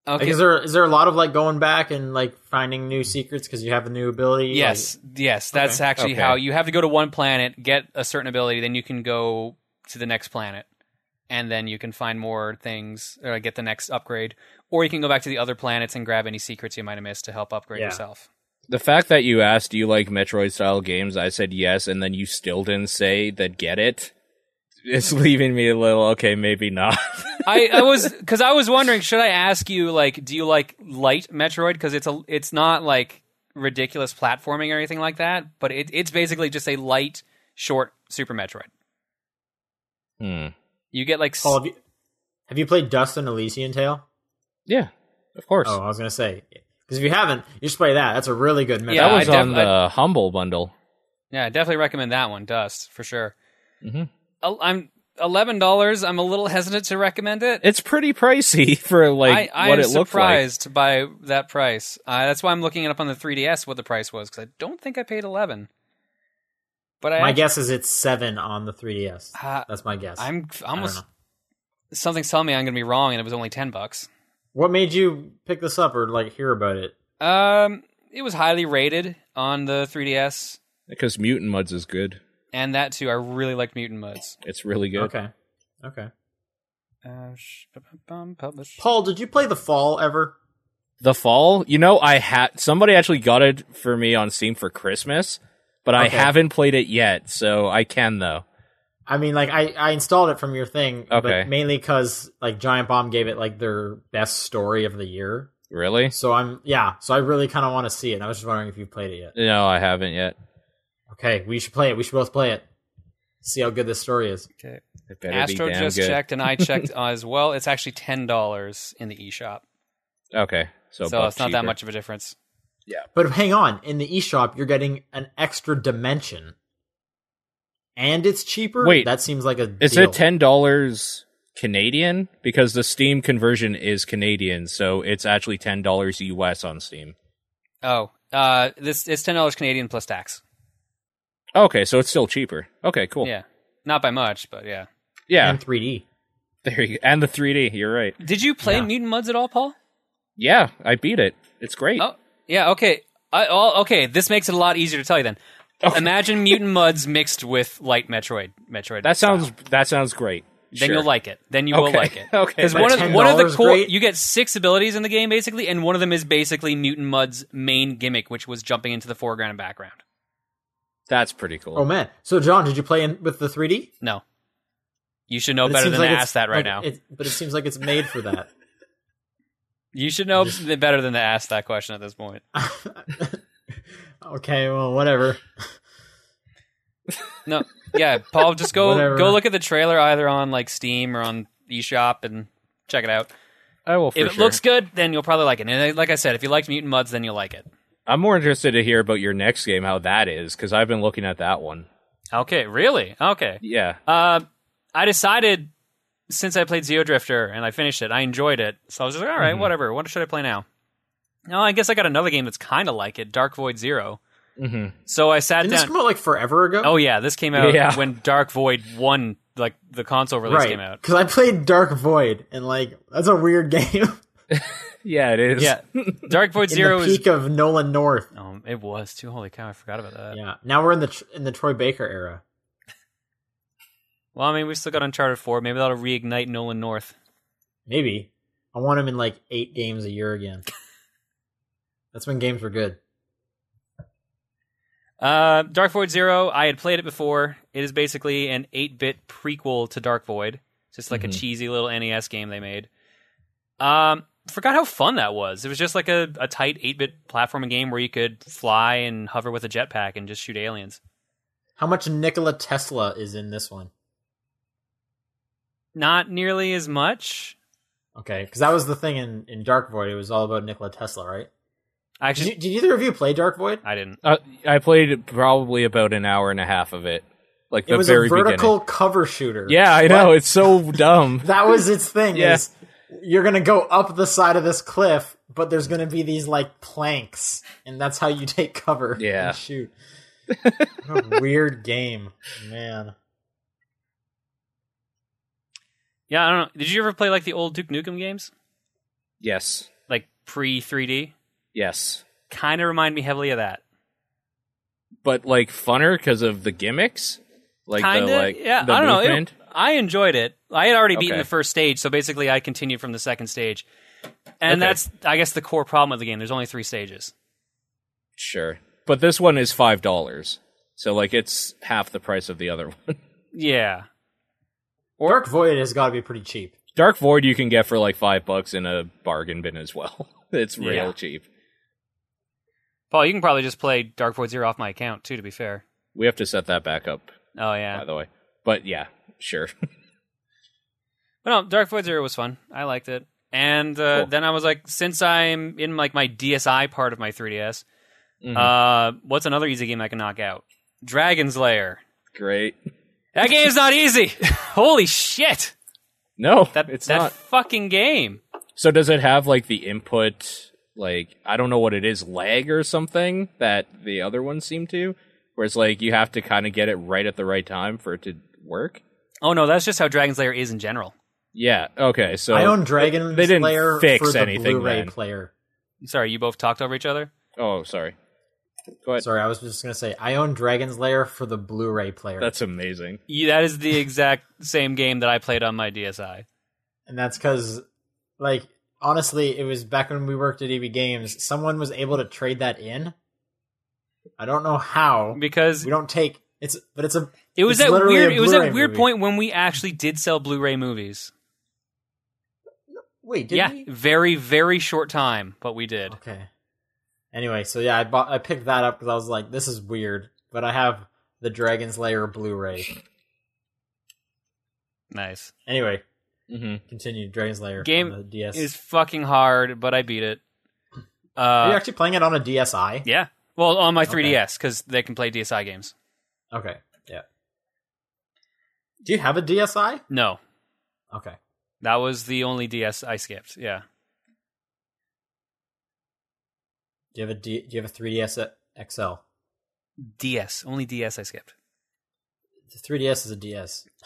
Speaker 1: Okay.
Speaker 3: Like, is there is there a lot of like going back and like finding new secrets because you have a new ability? Like,
Speaker 1: Yes, yes, that's
Speaker 3: Okay.
Speaker 1: actually
Speaker 2: Okay.
Speaker 1: how you have to go to one planet, get a certain ability, then you can go to the next planet, and then you can find more things or get the next upgrade, or you can go back to the other planets and grab any secrets you might have missed to help upgrade
Speaker 3: Yeah.
Speaker 1: yourself.
Speaker 2: The fact that you asked, do you like Metroid style games? I said yes, and then you still didn't say that get it. It's leaving me a little, okay, maybe not.
Speaker 1: I, I was because I was wondering, should I ask you like, do you like light Metroid? Because it's a, it's not like ridiculous platforming or anything like that, but it, it's basically just a light, short Super Metroid.
Speaker 2: hmm.
Speaker 1: You get like s-
Speaker 3: Paul, have you, have you played Dust and Elysian Tale?
Speaker 2: Yeah, of course.
Speaker 3: Oh, I was gonna say because if you haven't, you should play that. That's a really good. Metroid.
Speaker 1: yeah,
Speaker 2: that was
Speaker 1: I def-
Speaker 2: on the Humble bundle.
Speaker 1: Yeah, I definitely recommend that one, Dust, for sure.
Speaker 2: Mhm.
Speaker 1: El- I'm eleven dollars. I'm a little hesitant to recommend it.
Speaker 2: It's pretty pricey for like
Speaker 1: I, I
Speaker 2: what
Speaker 1: am
Speaker 2: it looked like.
Speaker 1: surprised by that price. Uh, that's why I'm looking it up on the 3DS what the price was because I don't think I paid eleven. But I,
Speaker 3: my guess is it's seven on the 3ds.
Speaker 1: Uh,
Speaker 3: That's my guess.
Speaker 1: I'm
Speaker 3: I don't
Speaker 1: almost
Speaker 3: know.
Speaker 1: something's telling me I'm going to be wrong, and it was only ten bucks.
Speaker 3: What made you pick this up or like hear about it?
Speaker 1: Um, it was highly rated on the 3DS,
Speaker 2: Because Mutant Muds is good.
Speaker 1: and that too. I really liked Mutant Muds.
Speaker 2: It's really good.
Speaker 3: Okay, okay.
Speaker 1: Uh, sh- bum, publish.
Speaker 3: Paul, did you play The Fall ever?
Speaker 2: The Fall, you know, I had somebody actually got it for me on Steam for Christmas, but I
Speaker 3: Okay.
Speaker 2: haven't played it yet, so I can though.
Speaker 3: I mean, like I, I installed it from your thing,
Speaker 2: Okay.
Speaker 3: but mainly because like Giant Bomb gave it like their best story of the year.
Speaker 2: Really?
Speaker 3: So I'm yeah. So I really kind of want to see it. And I was just wondering if you played it yet.
Speaker 2: No, I haven't yet.
Speaker 3: Okay, we should play it. We should both play it. See how good this story is.
Speaker 1: Okay.
Speaker 2: It better
Speaker 1: Astro
Speaker 2: be damn
Speaker 1: just
Speaker 2: good.
Speaker 1: checked, and I checked uh, as well. It's actually ten dollars in the eShop,
Speaker 2: Okay, so,
Speaker 1: so,
Speaker 2: buck
Speaker 1: it's not that
Speaker 2: cheaper.
Speaker 1: much of a difference.
Speaker 3: But hang on, in the eShop, you're getting an extra dimension, and it's cheaper.
Speaker 2: Wait,
Speaker 3: that seems like a
Speaker 2: Is
Speaker 3: deal.
Speaker 2: it ten dollars Canadian? Because the Steam conversion is Canadian, so it's actually ten dollars US on Steam.
Speaker 1: Oh, uh, this it's ten dollars Canadian plus tax.
Speaker 2: Okay, so it's still cheaper. Okay, cool.
Speaker 1: Yeah, not by much, but yeah.
Speaker 2: Yeah,
Speaker 3: and 3D?
Speaker 2: there you And the 3D. You're right.
Speaker 1: Did you play
Speaker 3: Yeah.
Speaker 1: Mutant Muds at all, Paul?
Speaker 2: Yeah, I beat it. It's great.
Speaker 1: Oh, yeah. Okay. I, oh, okay. This makes it a lot easier to tell you then.
Speaker 2: Okay.
Speaker 1: Imagine Mutant Muds mixed with Light Metroid. Metroid.
Speaker 2: That
Speaker 1: style.
Speaker 2: sounds that sounds great.
Speaker 1: Then
Speaker 2: Sure.
Speaker 1: you'll like it. Then you will
Speaker 2: Okay.
Speaker 1: like it.
Speaker 2: Okay.
Speaker 1: Because
Speaker 2: But
Speaker 1: one of
Speaker 3: $10
Speaker 1: one of the core,
Speaker 3: great?
Speaker 1: you get six abilities in the game basically, and one of them is basically Mutant Mud's main gimmick, which was jumping into the foreground and background.
Speaker 2: that's pretty cool.
Speaker 3: Oh man! So John, did you play in with the 3D?
Speaker 1: No, you should know
Speaker 3: But it
Speaker 1: better
Speaker 3: seems
Speaker 1: than
Speaker 3: like
Speaker 1: to
Speaker 3: it's-
Speaker 1: ask that right
Speaker 3: like,
Speaker 1: now.
Speaker 3: It, but it seems like it's made for that.
Speaker 1: you should know better than to ask that question at this point.
Speaker 3: okay, well, whatever.
Speaker 1: No, yeah, Paul, just go
Speaker 3: Whatever.
Speaker 1: go look at the trailer either on like Steam or on eShop and check it out.
Speaker 2: I will. For
Speaker 1: if it
Speaker 2: sure.
Speaker 1: looks good, then you'll probably like it. And uh, like I said, if you liked Mutant Muds, then you'll like it.
Speaker 2: I'm more interested to hear about your next game, how that is, because I've been looking at that one.
Speaker 1: Okay, really? Okay.
Speaker 2: Yeah.
Speaker 1: Uh, I decided since I played Zeo Drifter and I finished it, I enjoyed it. So I was just like, all right, whatever. What should I play now? No, I guess I got another game that's kind of like it, Dark Void Zero.
Speaker 2: hmm
Speaker 1: So I sat
Speaker 3: Didn't this
Speaker 1: down.
Speaker 3: come out like forever ago?
Speaker 1: oh yeah, this came out
Speaker 2: Yeah.
Speaker 1: when Dark Void One, like the console release, came
Speaker 3: right.
Speaker 1: out.
Speaker 3: Because I played Dark Void, and like that's a weird game.
Speaker 2: Yeah, it is.
Speaker 1: Yeah, Dark Void
Speaker 3: in
Speaker 1: Zero
Speaker 3: the
Speaker 1: is.
Speaker 3: peak of Nolan North.
Speaker 1: Um, it was too. Holy cow! I forgot about that.
Speaker 3: Yeah. Now we're in the tr- in the Troy Baker era.
Speaker 1: Well, I mean, we've still got Uncharted Four. Maybe that'll reignite Nolan North.
Speaker 3: Maybe I want him in like eight games a year again. that's when games were good.
Speaker 1: Uh, Dark Void Zero, I had played it before. It is basically an 8 bit prequel to Dark Void. It's just like a
Speaker 3: Mm-hmm.
Speaker 2: Mhm.
Speaker 1: cheesy little NES game they made. Um, forgot how fun that was. It was just like a, a tight 8 bit platforming game where you could fly and hover with a jetpack and just shoot aliens.
Speaker 3: How much Nikola Tesla is in this one?
Speaker 1: Not nearly as much.
Speaker 3: Okay, because that was the thing in, in Dark Void. It was all about Nikola Tesla, right?
Speaker 1: I
Speaker 3: Did,
Speaker 1: Actually,
Speaker 3: you, did either of you play Dark Void?
Speaker 1: I didn't.
Speaker 2: Uh, I played probably about an hour and a half of it, like the
Speaker 3: it was
Speaker 2: very
Speaker 3: a vertical cover shooter.
Speaker 2: beginning. Yeah, I know.
Speaker 3: What?
Speaker 2: It's so dumb.
Speaker 3: that was its thing.
Speaker 2: Yeah.
Speaker 3: Is you're gonna go up the side of this cliff, but there's gonna be these like planks, and that's how you take cover.
Speaker 2: Yeah.
Speaker 3: and shoot. What a weird game, man.
Speaker 1: Yeah, I don't know. Did you ever play like the old Duke Nukem games?
Speaker 2: yes.
Speaker 1: like pre 3D?
Speaker 2: Yes,
Speaker 1: Kind of remind me heavily of that.
Speaker 2: but like funner because of the gimmicks, like
Speaker 1: Kinda,
Speaker 2: the like
Speaker 1: yeah.
Speaker 2: the
Speaker 1: I don't know.
Speaker 2: movement.
Speaker 1: It- I enjoyed it. I had already beaten
Speaker 2: Okay.
Speaker 1: the first stage, so basically I continued from the second stage, and
Speaker 2: Okay.
Speaker 1: that's I guess the core problem of the game. There's only three stages.
Speaker 2: Sure, but this one is five dollars, so like it's half the price of the other one.
Speaker 1: Yeah,
Speaker 3: Dark Void has got to be pretty cheap.
Speaker 2: Dark Void you can get for like five bucks in a bargain bin as well. It's real
Speaker 1: Yeah.
Speaker 2: cheap.
Speaker 1: Paul, you can probably just play Dark Void Zero off my account too. To be fair.
Speaker 2: We have to set that back up,
Speaker 1: Oh yeah.
Speaker 2: by the way. But yeah, sure.
Speaker 1: But no, Dark Void Zero was fun. I liked it. And uh,
Speaker 2: Cool.
Speaker 1: then I was like, since I'm in like my DSI part of my 3DS,
Speaker 2: Mhm.
Speaker 1: uh, what's another easy game I can knock out? Dragon's Lair.
Speaker 2: Great.
Speaker 1: That game's not easy. Holy shit!
Speaker 2: No,
Speaker 1: That
Speaker 2: it's
Speaker 1: that
Speaker 2: not.
Speaker 1: fucking game.
Speaker 2: So does it have like the input like I don't know what it is, lag or something that the other ones seem to? Where it's like you have to kind of get it right at the right time for it to work?
Speaker 1: Oh no, that's just how Dragon's Lair is in general.
Speaker 2: Yeah. Okay. So
Speaker 3: I own Dragon
Speaker 2: they didn't
Speaker 3: Slayer
Speaker 2: fix
Speaker 3: for the
Speaker 2: anything
Speaker 3: Blu-ray
Speaker 2: then.
Speaker 3: player.
Speaker 1: Sorry, you both talked over each other.
Speaker 2: Oh, sorry. Go ahead.
Speaker 3: Sorry, I was just gonna say I own Dragon's Lair for the Blu-ray player,
Speaker 2: That's amazing.
Speaker 1: You, that is the exact same game that I played on my DSi.
Speaker 3: and that's because, like, honestly, it was back when we worked at EB Games. Someone was able to trade that in. I don't know how.
Speaker 1: Because
Speaker 3: We don't take it's, but it's a
Speaker 1: it was
Speaker 3: it's
Speaker 1: that
Speaker 3: literally
Speaker 1: weird.
Speaker 3: a
Speaker 1: It was that
Speaker 3: Blu-ray
Speaker 1: weird
Speaker 3: movie.
Speaker 1: point when we actually did sell Blu-ray movies.
Speaker 3: wait. Did
Speaker 1: yeah,
Speaker 3: we?
Speaker 1: very very short time, but we did.
Speaker 3: Okay. Anyway, so yeah, I bought I picked that up because I was like, this is weird, but I have the Dragon's Lair Blu-ray.
Speaker 1: Nice.
Speaker 3: Anyway,
Speaker 2: Mm-hmm.
Speaker 3: continue Dragon's Lair
Speaker 1: Game
Speaker 3: on the DS.
Speaker 1: It's fucking hard, but I beat it.
Speaker 3: Are you
Speaker 1: Uh,
Speaker 3: actually playing it on a DSi?
Speaker 1: yeah. Well, on my
Speaker 3: Okay.
Speaker 1: 3DS because they can play DSi games.
Speaker 3: Okay. Yeah. Do you have a DSi?
Speaker 1: No,
Speaker 3: Okay.
Speaker 1: that was the only DS I skipped. Yeah.
Speaker 3: Do you have a D, Do you have a 3DS XL?
Speaker 1: DS. Only DS I skipped.
Speaker 3: The 3DS is a DS.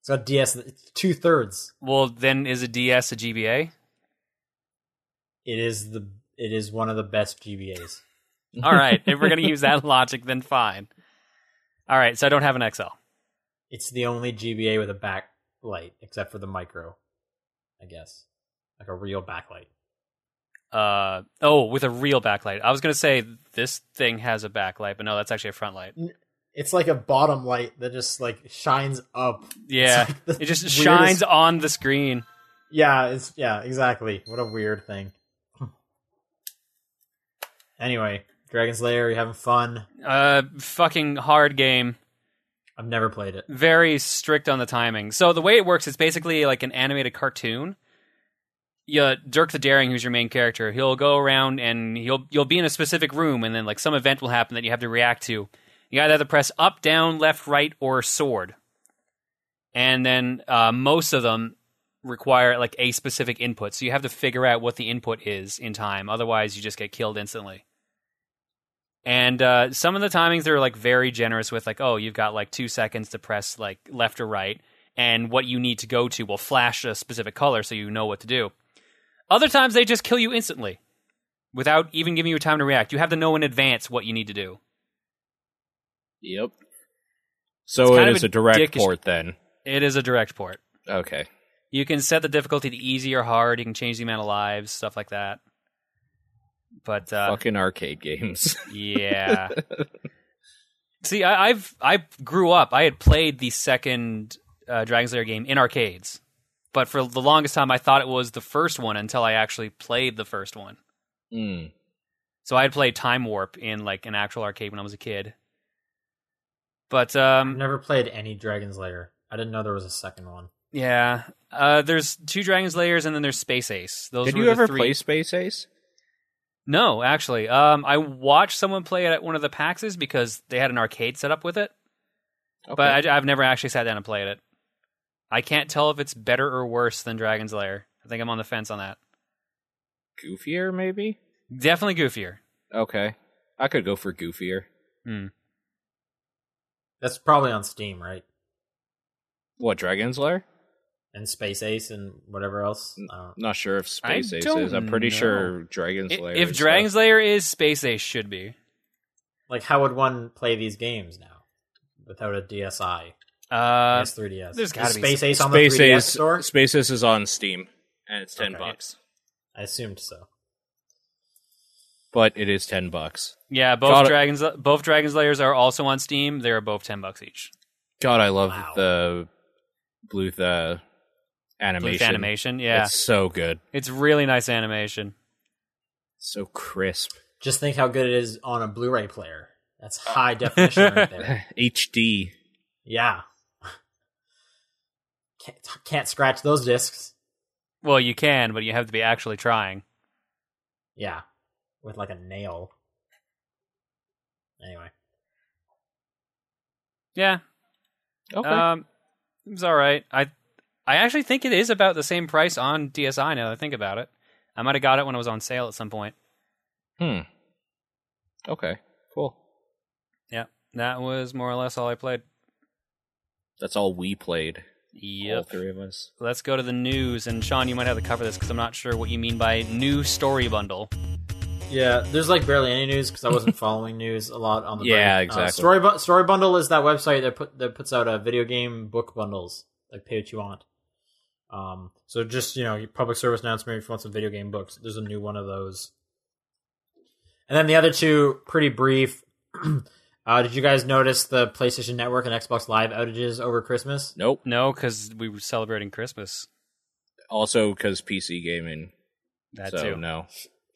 Speaker 3: it's got DS. It's two thirds.
Speaker 1: Well, then is a DS a GBA?
Speaker 3: It is the. It is one of the best GBAs.
Speaker 1: All right. if we're going to use that logic, then fine. All right. So I don't have an XL.
Speaker 3: It's the only GBA with a backlight, except for the micro, I guess, like a real backlight.
Speaker 1: Uh, oh, with a real backlight. I was going to say this thing has a backlight, but no, that's actually a front light.
Speaker 3: It's like a bottom light that just like shines up.
Speaker 1: Yeah.
Speaker 3: It's like the
Speaker 1: It just
Speaker 3: weirdest-
Speaker 1: shines on the screen.
Speaker 3: Yeah, it's yeah, exactly. What a weird thing. anyway, Dragon's Lair, you having fun?
Speaker 1: Uh, fucking hard game.
Speaker 3: I've never played it.
Speaker 1: very strict on the timing. So the way it works is basically like an animated cartoon. Yeah, Dirk the Daring, who's your main character, he'll go around and he'll you'll be in a specific room, and then like some event will happen that you have to react to. You either have to press up, down, left, right, or sword, and then uh, most of them require like a specific input. So you have to figure out what the input is in time. Otherwise, you just get killed instantly. And uh, some of the timings they're like very generous with, like, oh, you've got like two seconds to press like left or right, and what you need to go to will flash a specific color so you know what to do. Other times they just kill you instantly without even giving you time to react. You have to know in advance what you need to do.
Speaker 2: Yep.
Speaker 1: It's
Speaker 2: So
Speaker 1: kind
Speaker 2: it
Speaker 1: of
Speaker 2: is a direct
Speaker 1: dickish-
Speaker 2: port then.
Speaker 1: It is a direct port.
Speaker 2: Okay.
Speaker 1: You can set the difficulty to easy or hard. You can change the amount of lives, stuff like that. But uh,
Speaker 2: Fucking arcade games.
Speaker 1: yeah. See, I, I've I grew up. I had played the second uh, Dragon's Lair game in arcades, but for the longest time, I thought it was the first one until I actually played the first one.
Speaker 2: mm.
Speaker 1: So I had played Time Warp in like an actual arcade when I was a kid. But
Speaker 3: I've
Speaker 1: um,
Speaker 3: never played any Dragon's Lair. I didn't know there was a second one.
Speaker 1: yeah, uh, there's two Dragon's Lairs and then there's Space Ace. Those
Speaker 2: Did
Speaker 1: were
Speaker 2: you
Speaker 1: the
Speaker 2: ever
Speaker 1: three-
Speaker 2: play Space Ace?
Speaker 1: No, actually, um, I watched someone play it at one of the PAXs because they had an arcade set up with it.
Speaker 2: Okay.
Speaker 1: But I, I've never actually sat down and played it. I can't tell if it's better or worse than Dragon's Lair. I think I'm on the fence on that.
Speaker 2: goofier maybe
Speaker 1: Definitely goofier.
Speaker 2: okay i could go for goofier
Speaker 3: That's probably on Steam, right?
Speaker 2: what dragon's lair
Speaker 3: and Space Ace and whatever else. I don't-
Speaker 2: Not sure if Space
Speaker 1: I
Speaker 2: Ace
Speaker 1: don't
Speaker 2: is. I'm pretty
Speaker 1: know.
Speaker 2: sure Dragon's Lair.
Speaker 1: if
Speaker 2: is,
Speaker 1: Dragon's Lair is Space Ace, should be.
Speaker 3: Like, how would one play these games now without a DSi?
Speaker 1: Uh,
Speaker 3: S3DS.
Speaker 1: there's
Speaker 3: Is
Speaker 1: gotta be
Speaker 3: Space Ace
Speaker 2: uh,
Speaker 3: on
Speaker 2: Space
Speaker 3: the 3DS
Speaker 2: Ace.
Speaker 3: store.
Speaker 2: Space Ace is on Steam, and it's ten
Speaker 3: Okay.
Speaker 2: bucks.
Speaker 3: I assumed so.
Speaker 2: But it is ten bucks.
Speaker 1: yeah, both
Speaker 2: Got it.
Speaker 1: dragons, both Dragon's Lairs are also on Steam. They are both ten bucks each.
Speaker 2: God, I love
Speaker 3: Wow.
Speaker 2: the Bluth uh,
Speaker 1: Bluth
Speaker 2: animation.
Speaker 1: animation, yeah,
Speaker 2: It's so good,
Speaker 1: it's really nice animation.
Speaker 2: so crisp.
Speaker 3: Just think how good it is on a Blu-ray player. That's high definition right there.
Speaker 2: HD.
Speaker 3: Yeah. Can't, can't scratch those discs.
Speaker 1: Well, you can, but you have to be actually trying.
Speaker 3: Yeah. With like a nail. Anyway.
Speaker 1: Yeah,
Speaker 2: Okay.
Speaker 1: Um, it was all right. I I actually think it is about the same price on DSi now that I think about it. I might have got it when it was on sale at some point.
Speaker 2: hmm. Okay. Cool.
Speaker 1: Yeah, that was more or less all I played.
Speaker 2: That's all we played. All
Speaker 1: Yep.
Speaker 2: three of us.
Speaker 1: Let's go to the news, and Sean, you might have to cover this because I'm not sure what you mean by new story bundle.
Speaker 3: Yeah, there's like barely any news because I wasn't following news a lot on the
Speaker 2: Yeah,
Speaker 3: break.
Speaker 2: exactly.
Speaker 3: Uh, Story Bu- Story Bundle is that website that put that puts out a video game book bundles, like pay what you want. Um, so just you know, your public service announcement if you want some video game books. There's a new one of those, and then the other two pretty brief. uh, did you guys notice the PlayStation Network and Xbox Live outages over Christmas?
Speaker 2: Nope.
Speaker 1: No, because we were celebrating Christmas.
Speaker 2: Also, because PC gaming.
Speaker 1: That
Speaker 2: so
Speaker 1: too.
Speaker 2: no,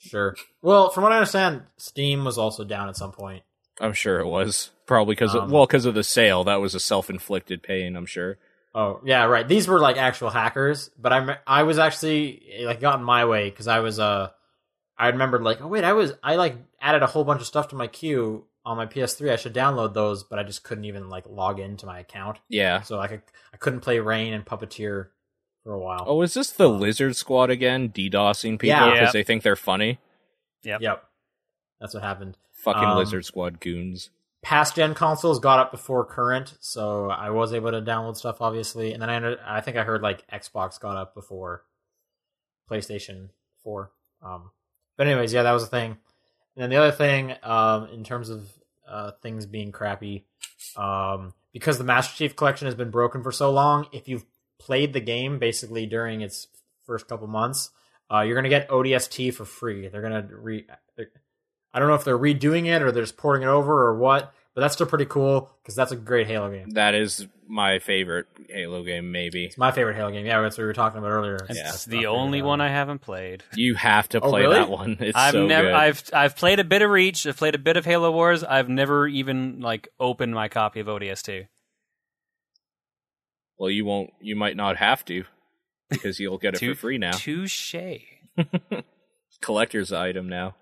Speaker 3: Sure. Well, from what I understand, Steam was also down at some point.
Speaker 2: I'm sure it was probably because
Speaker 3: Um,
Speaker 2: well because of the sale. That was a self inflicted pain. I'm sure.
Speaker 3: Oh yeah, right. These were like actual hackers, but I me- I was actually eh, like got in my way because I was uh I remembered like oh wait I was I like added a whole bunch of stuff to my queue on my PS3. I should download those, but I just couldn't even like log into my account,
Speaker 2: Yeah.
Speaker 3: so I could I couldn't play Rain and Puppeteer for a while.
Speaker 2: Oh, is this the Lizard Squad again? DDoSing people
Speaker 3: Yeah.
Speaker 2: because they think they're funny.
Speaker 1: Yep.
Speaker 3: yep, that's what happened.
Speaker 2: Fucking
Speaker 3: Um,
Speaker 2: Lizard Squad goons.
Speaker 3: past gen consoles got up before current, so I was able to download stuff obviously. And then I under- I think I heard like Xbox got up before PlayStation 4. Um, but anyways, yeah, that was a thing. And then the other thing, um, in terms of uh, things being crappy, um, because the Master Chief Collection has been broken for so long, if you've played the game basically during its first couple months, uh, you're gonna get ODST for free. They're gonna re. I don't know if they're redoing it or they're just porting it over or what, but that's still pretty cool because that's a great Halo game.
Speaker 2: That is my favorite Halo game. Maybe
Speaker 3: It's my favorite Halo game. Yeah, that's what we were talking about earlier.
Speaker 1: It's
Speaker 2: Yeah.
Speaker 1: the only one I haven't played.
Speaker 2: you have to
Speaker 3: Oh,
Speaker 2: play
Speaker 3: really?
Speaker 2: that one. It's
Speaker 1: I've
Speaker 2: so
Speaker 1: never
Speaker 2: good.
Speaker 1: I've I've played a bit of Reach, I've played a bit of Halo Wars, I've never even like opened my copy of ODST.
Speaker 2: Well, you won't. You might not have to because you'll get it
Speaker 1: Two-
Speaker 2: for free now.
Speaker 1: Touche.
Speaker 2: Collector's item now.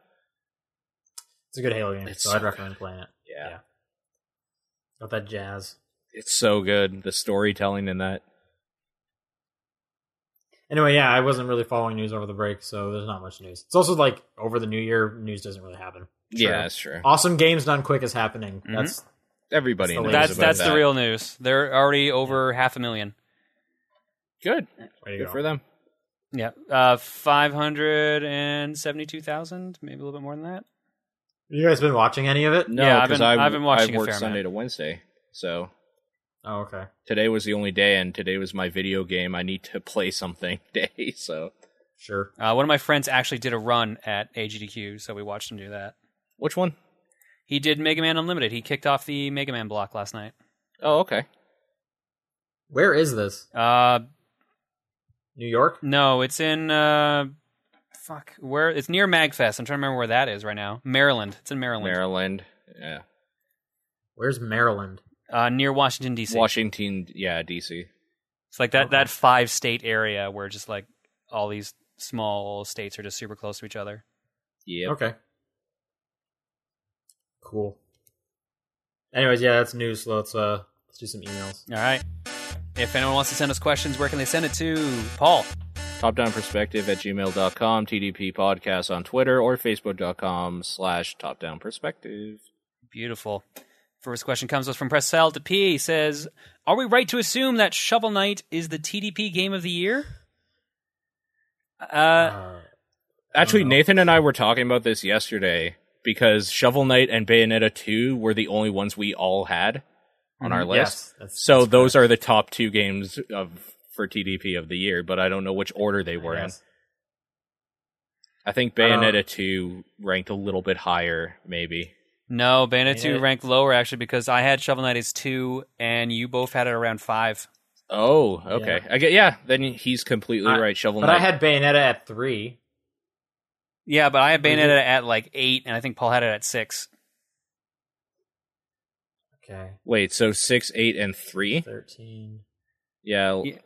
Speaker 3: It's a good Halo game,
Speaker 2: It's
Speaker 3: so
Speaker 2: so
Speaker 3: I'd recommend playing it.
Speaker 2: Yeah.
Speaker 3: Yeah. Got that jazz.
Speaker 2: it's so good. The storytelling in that.
Speaker 3: Anyway, yeah, I wasn't really following news over the break, so there's not much news. It's also like over the new year, news doesn't really happen.
Speaker 2: Yeah, that's true.
Speaker 3: Awesome games done quick is happening.
Speaker 2: Mm-hmm.
Speaker 3: That's
Speaker 2: Everybody
Speaker 3: That's the
Speaker 2: knows
Speaker 3: latest.
Speaker 1: That's
Speaker 2: about
Speaker 1: that's
Speaker 2: that.
Speaker 1: the real news. They're already over half a million.
Speaker 2: good.
Speaker 3: way to
Speaker 2: Good
Speaker 3: go.
Speaker 2: for them.
Speaker 1: Yeah. Uh five hundred and seventy two thousand, maybe a little bit more than that.
Speaker 3: You guys been watching any of it?
Speaker 2: No,
Speaker 1: Yeah, I've
Speaker 2: 'cause
Speaker 1: been-
Speaker 2: I,
Speaker 1: I've been watching
Speaker 2: I
Speaker 1: a
Speaker 2: worked
Speaker 1: fair
Speaker 2: Sunday
Speaker 1: amount.
Speaker 2: to Wednesday, so
Speaker 3: Oh, okay.
Speaker 2: today was the only day, and today was my video game. I need to play something day, so
Speaker 3: Sure.
Speaker 1: Uh, one of my friends actually did a run at AGDQ, so we watched him do that.
Speaker 2: which one?
Speaker 1: He did Mega Man Unlimited. He kicked off the Mega Man block last night.
Speaker 2: Oh, okay.
Speaker 3: Where is this?
Speaker 1: Uh
Speaker 3: New York?
Speaker 1: no, it's in uh fuck, where it's near Magfest. I'm trying to remember where that is right now. Maryland. It's in Maryland.
Speaker 2: Maryland, yeah,
Speaker 3: Where's Maryland?
Speaker 1: uh, near Washington D.C.
Speaker 2: Washington, yeah, DC.
Speaker 1: it's like that
Speaker 3: Okay.
Speaker 1: that five state area where just like all these small states are just super close to each other.
Speaker 2: Yeah,
Speaker 3: Okay. Cool. Anyways, yeah, that's news. So let's uh let's do some emails.
Speaker 1: All right. If anyone wants to send us questions, where can they send it to? Paul.
Speaker 2: top down perspective at gmail.com, TDP podcast on Twitter, or facebook.com slash top down perspective.
Speaker 1: Beautiful. First question comes to us from Pressel to P. He says, "Are we right to assume that Shovel Knight is the TDP game of the year?" Uh,
Speaker 3: Uh,
Speaker 1: Oh,
Speaker 2: Actually,
Speaker 3: know.
Speaker 2: Nathan and I were talking about this yesterday because Shovel Knight and Bayonetta 2 were the only ones we all had
Speaker 1: Mm-hmm.
Speaker 2: on our list.
Speaker 3: yes, that's-
Speaker 2: So
Speaker 3: that's
Speaker 2: those
Speaker 3: correct.
Speaker 2: are the top two games of for TDP of the year, but I don't know which order they were in.
Speaker 3: Yes.
Speaker 2: I think
Speaker 3: don't-
Speaker 2: Bayonetta 2 ranked a little bit higher, maybe.
Speaker 1: no, Bayonetta two
Speaker 3: Bayonetta-
Speaker 1: ranked lower actually because I had Shovel Knight as two, and you both had it around five.
Speaker 2: Oh, okay. I get yeah, then he's completely
Speaker 3: I-
Speaker 2: right. Shovel
Speaker 3: But
Speaker 2: Knight.
Speaker 3: I had Bayonetta at three.
Speaker 1: Yeah, but I had
Speaker 3: Or is it-
Speaker 1: Bayonetta at like eight, and I think Paul had it at six.
Speaker 3: Okay,
Speaker 2: Wait, so 6, 8 and 3?
Speaker 3: thirteen.
Speaker 2: Yeah. l-
Speaker 1: Yeah.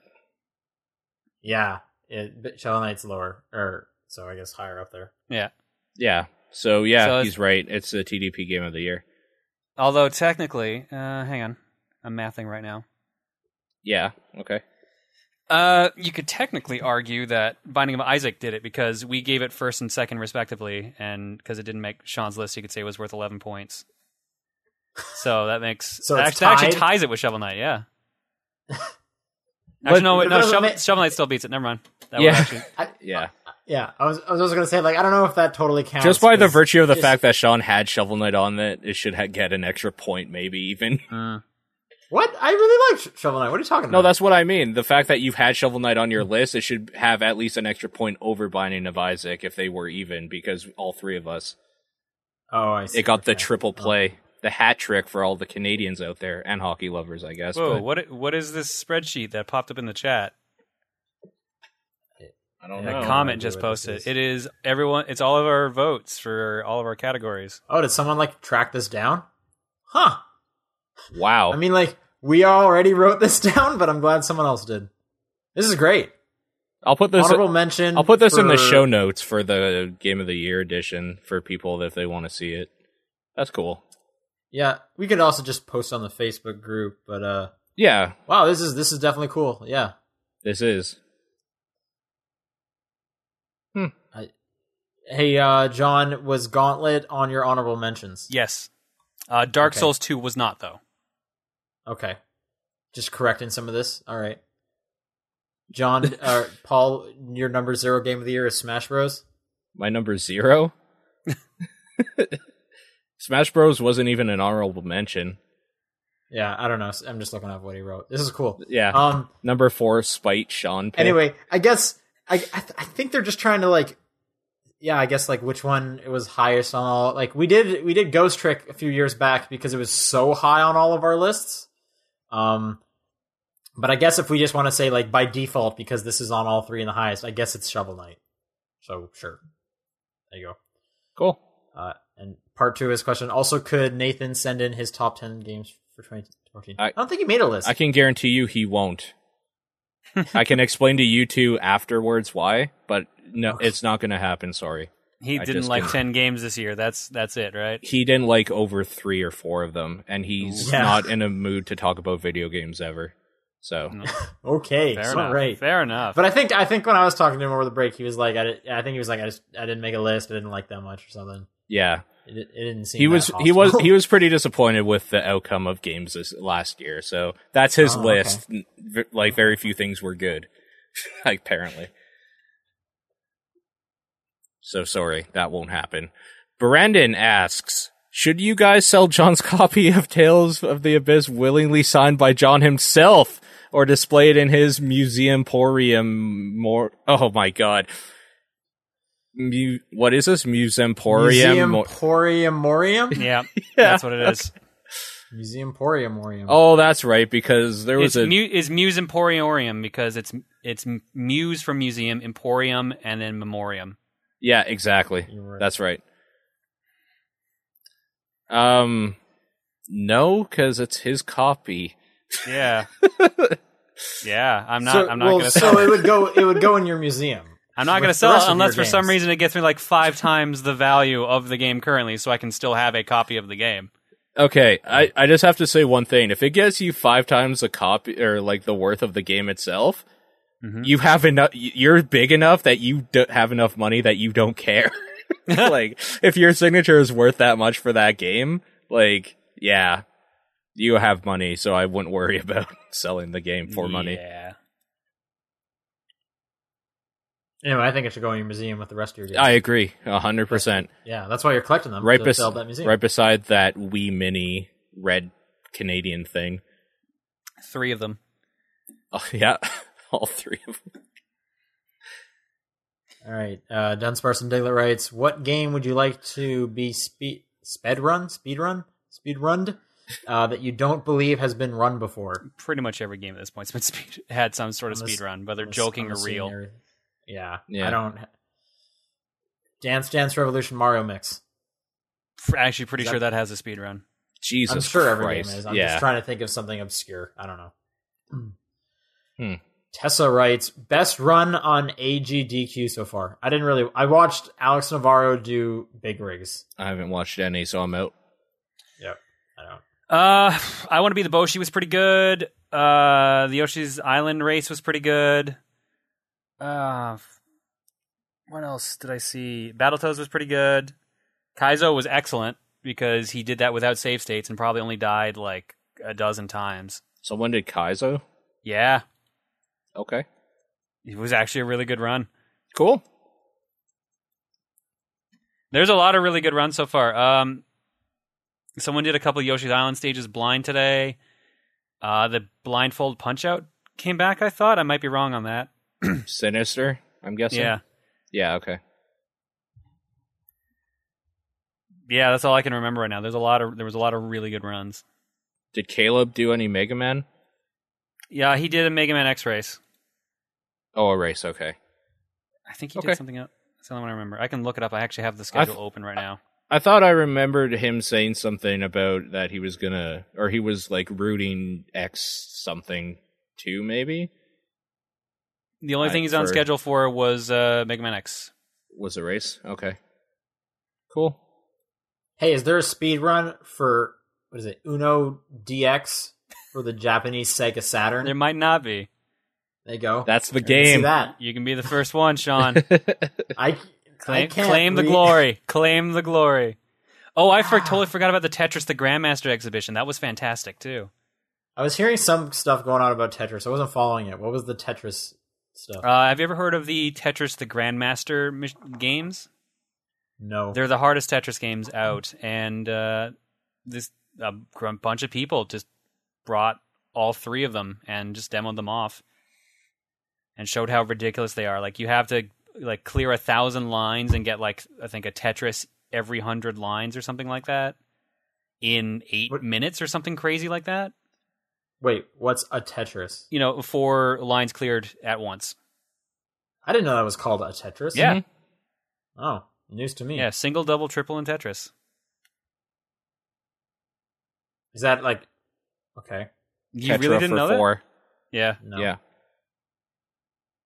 Speaker 3: Yeah, it, but Shovel Knight's lower, or so I guess higher up there.
Speaker 2: Yeah. So yeah,
Speaker 1: So it's-
Speaker 2: he's right. It's the TDP game of the year.
Speaker 1: Although technically, uh, hang on, I'm mathing right now.
Speaker 2: Yeah. Okay.
Speaker 1: Uh, you could technically argue that Binding of Isaac did it because we gave it first and second respectively, and because it didn't make Sean's list, you could say it was worth eleven points. So that makes
Speaker 3: So
Speaker 1: that
Speaker 3: it's
Speaker 1: act- that actually
Speaker 3: tied?
Speaker 1: ties it with Shovel Knight. Yeah.
Speaker 2: But-
Speaker 1: Actually, no, wait, no.
Speaker 3: but- but-
Speaker 1: Shovel, Shovel Knight still beats it. Never mind. That
Speaker 2: Yeah.
Speaker 1: was actually
Speaker 2: Yeah.
Speaker 3: Yeah, I was I was also gonna say like I don't know if that totally counts.
Speaker 2: Just by the
Speaker 3: 'cause
Speaker 2: virtue of the
Speaker 3: it's-
Speaker 2: fact that Sean had Shovel Knight on it, it should ha- get an extra point, maybe even.
Speaker 1: Mm.
Speaker 3: What I really like Sh- Shovel Knight. What are you talking
Speaker 2: No,
Speaker 3: about?
Speaker 2: that's what I mean. The fact that you've had Shovel Knight on
Speaker 3: Mm-hmm.
Speaker 2: your list, it should have at least an extra point over Binding of Isaac if they were even, because all three of us.
Speaker 3: oh, I see.
Speaker 2: It got the
Speaker 3: Okay.
Speaker 2: triple play, the hat trick for all the Canadians out there and hockey lovers, I guess.
Speaker 1: Whoa!
Speaker 2: but
Speaker 1: What i- what is this spreadsheet that popped up in the chat?
Speaker 2: Oh, I don't
Speaker 3: Yeah,
Speaker 1: A
Speaker 2: know.
Speaker 3: com-
Speaker 1: comment
Speaker 3: idea
Speaker 1: just
Speaker 3: what this
Speaker 1: posted.
Speaker 3: is.
Speaker 1: It is everyone. It's all of our votes for all of our categories.
Speaker 3: Oh, did someone like track this down? Huh.
Speaker 2: wow.
Speaker 3: I mean, like we already wrote this down, but I'm glad someone else did. This is great.
Speaker 2: I'll put this
Speaker 3: Honorable mention.
Speaker 2: I'll put this in the
Speaker 3: for-
Speaker 2: show notes for the Game of the Year edition for people if they want to see it. That's cool.
Speaker 3: Yeah, we could also just post on the Facebook group, but uh
Speaker 2: Yeah,
Speaker 3: wow, this is this is definitely cool. Yeah.
Speaker 2: this is.
Speaker 3: Hey uh John, was Gauntlet on your honorable mentions?
Speaker 1: Yes. Uh, Dark
Speaker 3: Okay.
Speaker 1: Souls Two was not though.
Speaker 3: Okay. Just correcting some of this. All right. John uh Paul, your number 0 game of the year is Smash Bros.
Speaker 2: My number zero. Smash Bros wasn't even an honorable mention.
Speaker 3: Yeah, I don't know. I'm just looking up what he wrote. This is cool.
Speaker 2: Yeah,
Speaker 3: Um
Speaker 2: number four, spite Sean. Pitt.
Speaker 3: anyway, I guess I I, th- I think they're just trying to like yeah, I guess like which one it was highest on all like we did we did Ghost Trick a few years back because it was so high on all of our lists. Um but I guess if we just want to say like by default because this is on all three and the highest, I guess it's Shovel Knight. So sure. There you go.
Speaker 2: cool.
Speaker 3: Uh, and part two of his question also could Nathan send in his top 10 games for 2014?
Speaker 2: I-
Speaker 3: I, don't think he made a list.
Speaker 2: I can guarantee you he won't. I can explain to you two afterwards why, but no, it's not going to happen. Sorry,
Speaker 1: He
Speaker 2: I
Speaker 1: didn't
Speaker 2: just
Speaker 1: like
Speaker 2: got-
Speaker 1: ten games this year. That's that's it, right?
Speaker 2: he didn't like over three or four of them, and he's
Speaker 3: Yeah.
Speaker 2: not in a mood to talk about video games ever. So
Speaker 3: okay,
Speaker 1: Fair
Speaker 3: so
Speaker 1: enough.
Speaker 3: right.
Speaker 1: Fair enough.
Speaker 3: But I think I think when I was talking to him over the break, he was like, I, did, I think he was like, I just I didn't make a list. I didn't like that much or something.
Speaker 2: yeah,
Speaker 3: It, di- it didn't seem.
Speaker 2: he
Speaker 3: that
Speaker 2: was he was
Speaker 3: hostile.
Speaker 2: he was pretty disappointed with the outcome of games this last year. So that's his
Speaker 3: Oh,
Speaker 2: list. N- v- Like very few things were good, apparently. So sorry, that won't happen. Brandon asks, should you guys sell John's copy of Tales of the Abyss willingly signed by John himself or display it in his museum porium more Oh my god. Mu- what is this museum
Speaker 3: Museum
Speaker 2: porium?
Speaker 3: Porium Morium.
Speaker 1: yeah, that's what it is.
Speaker 3: Museum Porium Morium.
Speaker 2: Oh, that's right, because there was
Speaker 1: It's,
Speaker 2: a
Speaker 1: mu- it's Muse Emporium because it's it's Muse from Museum, Emporium, and then Memorium.
Speaker 2: yeah, exactly.
Speaker 3: You were-
Speaker 2: That's right. Um, no, because it's his copy.
Speaker 1: Yeah, yeah. I'm not.
Speaker 3: So-
Speaker 1: I'm not
Speaker 3: well,
Speaker 1: gonna.
Speaker 3: So
Speaker 1: sell it.
Speaker 3: it would go. It would go in your museum.
Speaker 1: I'm not
Speaker 3: with
Speaker 1: gonna
Speaker 3: the
Speaker 1: sell
Speaker 3: rest
Speaker 1: it
Speaker 3: of
Speaker 1: unless for
Speaker 3: your
Speaker 1: some
Speaker 3: games.
Speaker 1: reason it gets me like five times the value of the game currently, so I can still have a copy of the game.
Speaker 2: Okay, I, I just have to say one thing. If it gets you five times the copy or like the worth of the game itself,
Speaker 1: Mhm.
Speaker 2: you have enough. You're big enough that you do- have enough money that you don't care. like if your signature is worth that much for that game, like yeah, you have money, so I wouldn't worry about selling the game for money.
Speaker 1: Yeah.
Speaker 3: Anyway, I think it should go in your museum with the rest of your games.
Speaker 2: I agree, hundred percent.
Speaker 3: yeah, that's why you're collecting them.
Speaker 2: Right
Speaker 3: to
Speaker 2: bes-
Speaker 3: sell that museum.
Speaker 2: Right beside that Wii Mini red Canadian thing.
Speaker 1: Three of them.
Speaker 2: Oh, yeah, all three of them.
Speaker 3: All right. Uh, Dunsparson Diglett writes, "What game would you like to be speed sped run, speed run, speed runned uh, that you don't believe has been run before?"
Speaker 1: Pretty much every game at this point's been speed, had some sort of
Speaker 3: Unless-
Speaker 1: speed run, whether
Speaker 3: I'm ass-
Speaker 1: joking
Speaker 3: I'm
Speaker 1: or
Speaker 3: assuming
Speaker 1: real.
Speaker 3: you're- Yeah,
Speaker 2: Yeah.
Speaker 3: I don't. Dance Dance Revolution Mario mix.
Speaker 1: F- Actually, pretty
Speaker 3: Is that-
Speaker 1: sure that has a speed run.
Speaker 2: Jesus
Speaker 3: I'm sure every
Speaker 2: Christ!
Speaker 3: game is. I'm
Speaker 2: yeah,
Speaker 3: just trying to think of something obscure. I don't know.
Speaker 2: Hmm.
Speaker 3: Tessa writes, best run on AGDQ so far. I didn't really. I watched Alex Navarro do Big Rigs.
Speaker 2: I haven't watched any, so I'm out.
Speaker 3: I don't.
Speaker 1: Uh, I want to be the Boshi was pretty good. Uh, the Yoshi's Island race was pretty good. Uh, f- what else did I see? Battletoads was pretty good. Kaizo was excellent because he did that without save states and probably only died like a dozen times.
Speaker 2: So when did Kaizo?
Speaker 1: Yeah,
Speaker 2: Okay,
Speaker 1: it was actually a really good run.
Speaker 2: cool.
Speaker 1: There's a lot of really good runs so far. Um, someone did a couple of Yoshi's Island stages blind today. Uh, the blindfold punch out came back. I thought I might be wrong on that.
Speaker 2: Sinister, I'm guessing.
Speaker 1: Yeah,
Speaker 2: yeah. Okay.
Speaker 1: yeah, that's all I can remember right now. There's a lot of there was a lot of really good runs.
Speaker 2: Did Caleb do any Mega Man?
Speaker 1: Yeah, he did a Mega Man X race.
Speaker 2: Oh, a race. Okay.
Speaker 1: I think he
Speaker 2: Okay.
Speaker 1: did something else. That's the only one I remember. I can look it up. I actually have the
Speaker 2: I th-
Speaker 1: schedule open right now.
Speaker 2: I thought I remembered him saying something about that he was gonna, or he was like rooting X something too, maybe
Speaker 1: The only
Speaker 2: I-
Speaker 1: thing he's on
Speaker 2: for-
Speaker 1: schedule for was uh, Mega Man X.
Speaker 2: was a race. Okay, cool.
Speaker 3: Hey, is there a speed run for what is it? Uno DX for the Japanese Sega Saturn.
Speaker 1: There might not be.
Speaker 3: There you go.
Speaker 2: That's the
Speaker 3: I didn't See
Speaker 2: game.
Speaker 3: that
Speaker 1: You can be the first one, Sean.
Speaker 3: I I
Speaker 1: Claim,
Speaker 3: can't
Speaker 1: claim the
Speaker 3: read-
Speaker 1: glory. Claim the glory. Oh, I for-
Speaker 3: Ah.
Speaker 1: totally forgot about the Tetris the Grandmaster exhibition. That was fantastic too.
Speaker 3: I was hearing some stuff going on about Tetris. I wasn't following it. What was the Tetris stuff?
Speaker 1: Uh, have you ever heard of the Tetris the Grandmaster mis- games?
Speaker 3: no.
Speaker 1: They're the hardest Tetris games out, and uh, this a gr- bunch of people just brought all three of them and just demoed them off, and showed how ridiculous they are. Like you have to like clear a thousand lines and get like I think a Tetris every hundred lines or something like that in eight
Speaker 3: What-
Speaker 1: minutes or something crazy like that.
Speaker 3: Wait, what's a Tetris?
Speaker 1: You know, four lines cleared at once.
Speaker 3: I didn't know that was called a Tetris.
Speaker 1: Yeah,
Speaker 2: Mhm.
Speaker 3: Oh, news to me.
Speaker 1: yeah, single, double, triple, and Tetris.
Speaker 3: Is that like okay?
Speaker 1: You
Speaker 2: Tetra
Speaker 1: really didn't
Speaker 2: for
Speaker 1: know that?
Speaker 2: four.
Speaker 1: Yeah,
Speaker 3: No.
Speaker 2: Yeah,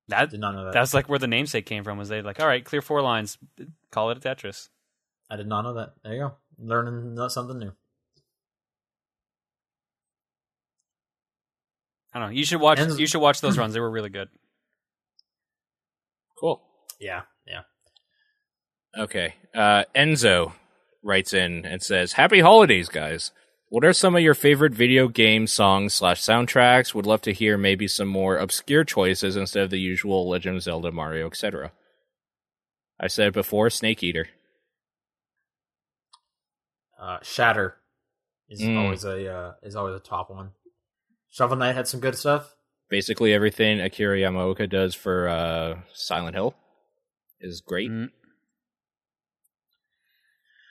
Speaker 1: that
Speaker 3: Did not know that.
Speaker 1: That's like where the namesake came from. Was they like, all right, clear four lines, call it a Tetris.
Speaker 3: I did not know that. There you go. Learning no- something new.
Speaker 1: I don't know. You should watch.
Speaker 3: And-
Speaker 1: you should watch those runs. They were really good.
Speaker 2: cool.
Speaker 3: Yeah. Yeah.
Speaker 2: Okay. Uh, Enzo writes in and says, "Happy holidays, guys. What are some of your favorite video game songs slash soundtracks? Would love to hear maybe some more obscure choices instead of the usual Legend of Zelda, Mario, etc." I said before, Snake Eater.
Speaker 3: Uh, Shatter is
Speaker 2: Mm.
Speaker 3: always a uh, is always a top one. Shovel Knight had some good stuff.
Speaker 2: Basically, everything Akira Yamaoka does for uh, Silent Hill is great.
Speaker 1: Mm.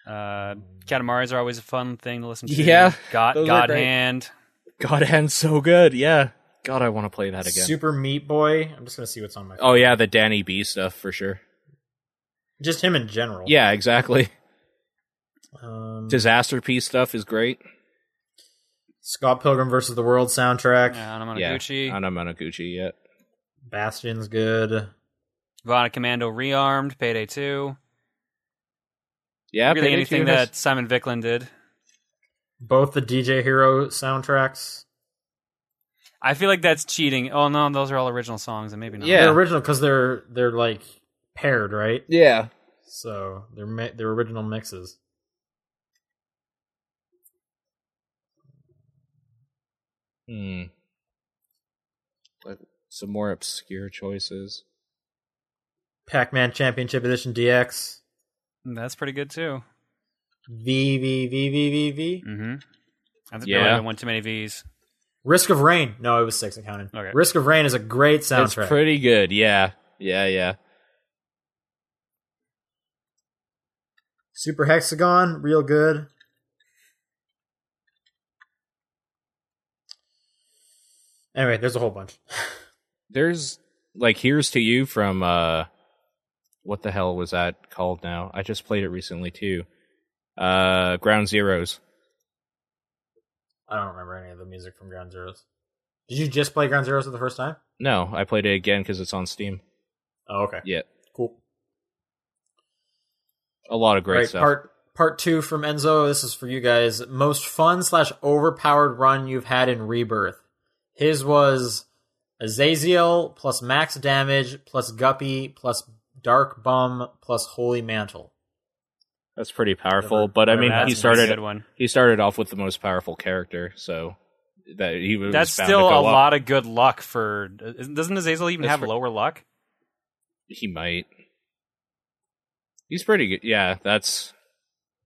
Speaker 1: Uh, Katamari's are always a fun thing to listen to.
Speaker 2: Yeah,
Speaker 1: God,
Speaker 2: those are
Speaker 1: God
Speaker 2: great.
Speaker 1: Hand.
Speaker 2: God, and so good. Yeah. God, I want to play that again.
Speaker 3: Super Meat Boy. I'm just gonna see what's on my.
Speaker 2: oh yeah, the Danny B stuff for sure.
Speaker 3: Just him in general.
Speaker 2: Yeah, exactly.
Speaker 3: Um,
Speaker 2: Disaster piece stuff is great.
Speaker 3: Scott Pilgrim versus the World soundtrack.
Speaker 1: Yeah, Anamanaguchi.
Speaker 2: Yeah, Anamanaguchi yet.
Speaker 3: Bastion's good.
Speaker 1: Vana Commando rearmed. Payday two.
Speaker 2: Yeah,
Speaker 1: really
Speaker 2: Payday
Speaker 1: anything
Speaker 2: 2 has-
Speaker 1: that Simon Vicklin did.
Speaker 3: Both the DJ Hero soundtracks.
Speaker 1: I feel like that's cheating. Oh no, those are all original songs, and maybe not.
Speaker 2: Yeah.
Speaker 3: They're original because they're they're like paired, right?
Speaker 2: Yeah.
Speaker 3: So they're mi- they're original mixes.
Speaker 2: Hmm. Like, some more obscure choices.
Speaker 3: Pac-Man Championship Edition DX.
Speaker 1: Mm, That's pretty good too.
Speaker 3: V V V V V
Speaker 2: Mm.
Speaker 3: V.
Speaker 1: Mm-hmm. I think
Speaker 2: Yeah.
Speaker 1: there might have been one too many V's.
Speaker 3: Risk of Rain. No, it was six. I counted.
Speaker 1: Okay.
Speaker 3: Risk of Rain is a great
Speaker 2: That's
Speaker 3: soundtrack.
Speaker 2: pretty good. Yeah. Yeah. Yeah.
Speaker 3: Super Hexagon, real good. Anyway, there's a whole bunch.
Speaker 2: There's like here's to you from uh, what the hell was that called now? I just played it recently too. Uh, Ground Zeroes.
Speaker 3: I don't remember any of the music from Ground Zeroes. Did you just play Ground Zeroes for the first time?
Speaker 2: No, I played it again because it's on Steam.
Speaker 3: Oh, okay.
Speaker 2: Yeah,
Speaker 3: Cool.
Speaker 2: a lot of great
Speaker 3: right,
Speaker 2: stuff.
Speaker 3: Part part two from Enzo. This is for you guys. Most fun slash overpowered run you've had in Rebirth. His was Azazel plus max damage plus Guppy plus Dark Bum plus Holy Mantle.
Speaker 2: That's pretty powerful.
Speaker 3: Never-
Speaker 2: but I mean,
Speaker 3: never
Speaker 1: That's
Speaker 2: he
Speaker 1: a
Speaker 2: started
Speaker 1: good one.
Speaker 2: he started off with the most powerful character, so that he was
Speaker 1: That's
Speaker 2: bound
Speaker 1: still
Speaker 2: to
Speaker 1: a
Speaker 2: go up.
Speaker 1: lot of good luck for. isn't- Doesn't Azazel even
Speaker 2: That's
Speaker 1: have
Speaker 2: for-
Speaker 1: lower luck?
Speaker 2: He might. He's pretty good. Yeah, that's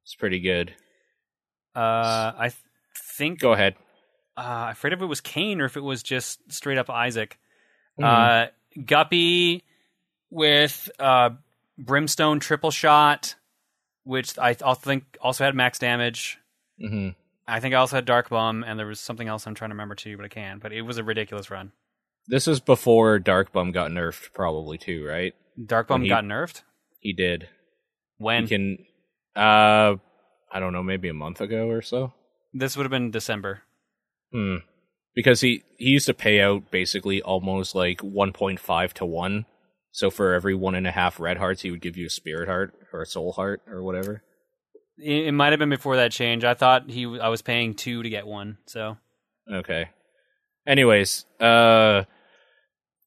Speaker 2: it's pretty good.
Speaker 1: Uh, I th- think.
Speaker 2: Go ahead.
Speaker 1: Uh, I'm afraid if it was Kane or if it was just straight up Isaac.
Speaker 2: Mhm.
Speaker 1: Uh, Guppy with uh, Brimstone triple shot, which I also think also had max damage.
Speaker 2: Mhm.
Speaker 1: I think I also had Dark Bomb, and there was something else I'm trying to remember too, but I can't. But it was a ridiculous run.
Speaker 2: This is before Dark Bum got nerfed, probably too, right?
Speaker 1: Dark Bomb
Speaker 2: When he-
Speaker 1: got nerfed
Speaker 2: He did.
Speaker 1: when
Speaker 2: he can. Uh, I don't know, maybe a month ago or so.
Speaker 1: this would have been December.
Speaker 2: Hmm. Because he he used to pay out basically almost like 1.5 to one. So for every one and a half red hearts, he would give you a spirit heart or a soul heart or whatever.
Speaker 1: It, it might have been before that change. I thought he I was paying two to get one. So
Speaker 2: Okay. Anyways, uh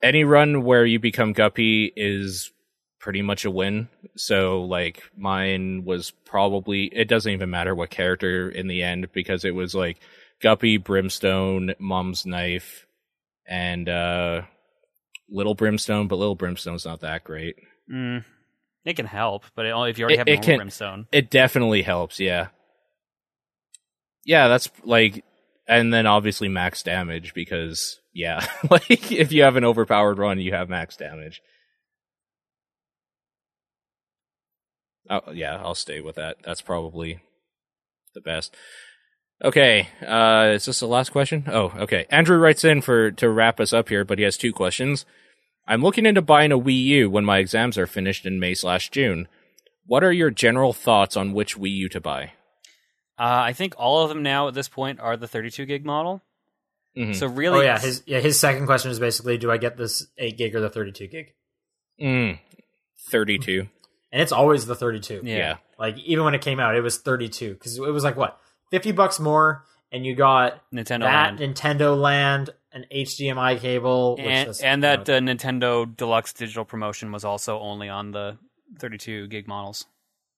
Speaker 2: any run where you become guppy is pretty much a win. So like mine was probably it doesn't even matter what character in the end because it was like guppy, brimstone, mom's knife and uh little brimstone, but little brimstone's not that great.
Speaker 1: mm, it can help, but it, only if you already
Speaker 2: It-
Speaker 1: have
Speaker 2: it
Speaker 1: normal
Speaker 2: can-
Speaker 1: Brimstone,
Speaker 2: It definitely helps, yeah. Yeah, that's like and then obviously max damage because yeah, like if you have an overpowered run, you have max damage. Oh, yeah, I'll stay with that. That's probably the best. Okay, uh is this the last question? Oh, okay. Andrew writes in for to wrap us up here, but he has two questions. I'm looking into buying a Wii U when my exams are finished in May slash June. What are your general thoughts on which Wii U to buy?
Speaker 1: uh, I think all of them now at this point are the 32 gig model.
Speaker 2: Mhm.
Speaker 1: So really,
Speaker 3: Oh yeah, his yeah his second question is basically, do I get this eight gig or the thirty two gig?
Speaker 2: Mm, 32.
Speaker 3: And it's always the thirty two.
Speaker 1: Yeah.
Speaker 2: Yeah.
Speaker 3: Like even when it came out, it was thirty two because it was like what fifty bucks more, and you got
Speaker 1: Nintendo Land.
Speaker 3: that Nintendo Land, an HDMI cable, which
Speaker 1: and,
Speaker 3: is,
Speaker 1: and
Speaker 3: you know,
Speaker 1: that uh, Nintendo Deluxe Digital Promotion was also only on the 32 gig models.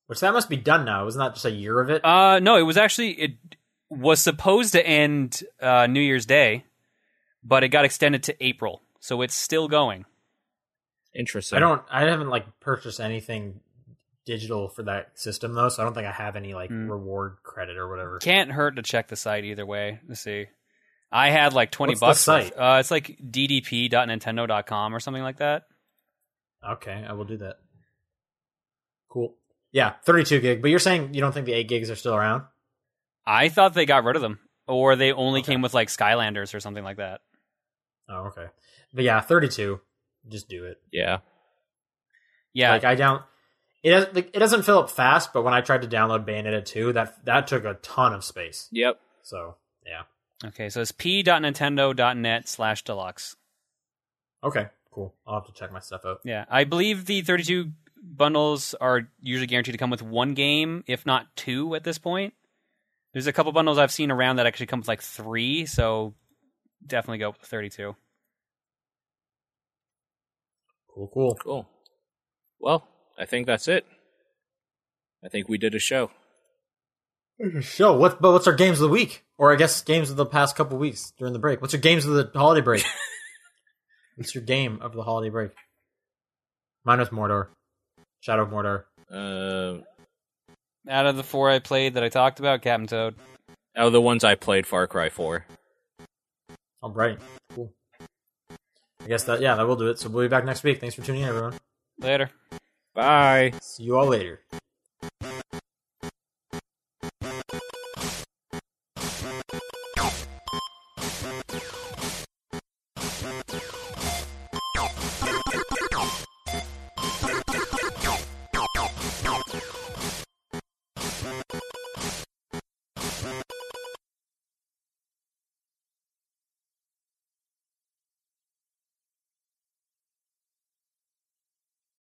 Speaker 3: Which that must be done now. Wasn't that just a year of it?
Speaker 1: Uh, no, it was actually it was supposed to end uh, New Year's Day, but it got extended to April, so it's still going.
Speaker 2: Interesting.
Speaker 3: I don't. I haven't like purchased anything digital for that system though, so I don't think I have any like
Speaker 1: Mm.
Speaker 3: reward credit or whatever.
Speaker 1: Can't hurt to check the site either way to see. I had like twenty
Speaker 3: What's the
Speaker 1: bucks.
Speaker 3: site?
Speaker 1: worth. Uh, it's like ddp.nintendo.com or something like that.
Speaker 3: Okay, I will do that. Cool. Yeah, thirty two gig. But you're saying you don't think the eight gigs are still around?
Speaker 1: I thought they got rid of them, or they only
Speaker 3: Okay.
Speaker 1: came with like Skylanders or something like that.
Speaker 3: Oh, okay. But yeah, thirty two. Just do it.
Speaker 2: Yeah.
Speaker 1: Yeah,
Speaker 3: Like I don't. It doesn't- like, it doesn't fill up fast, but when I tried to download Bayonetta two, that that took a ton of space.
Speaker 2: Yep.
Speaker 3: So yeah.
Speaker 1: Okay, so it's p.nintendo.net slash deluxe.
Speaker 3: Okay. Cool. I'll have to check my stuff out.
Speaker 1: Yeah, I believe the 32 bundles are usually guaranteed to come with one game, if not two at this point. There's a couple bundles I've seen around that actually come with like three, so definitely go with 32.
Speaker 3: Cool. Cool.
Speaker 2: Cool. Well, I think that's it. I think we did a show.
Speaker 3: So what? But what's our games of the week? Or I guess games of the past couple weeks during the break. What's your games of the holiday break? what's your game of the holiday break? Mine was Mordor, Shadow of Mordor.
Speaker 2: Uh,
Speaker 1: Out of the four I played that I talked about, Captain Toad.
Speaker 2: oh, the ones I played Far Cry 4.
Speaker 3: All right, cool. I guess that yeah, that will do it. So we'll be back next week. Thanks for tuning in, everyone.
Speaker 1: Later.
Speaker 2: Bye.
Speaker 3: See you all later.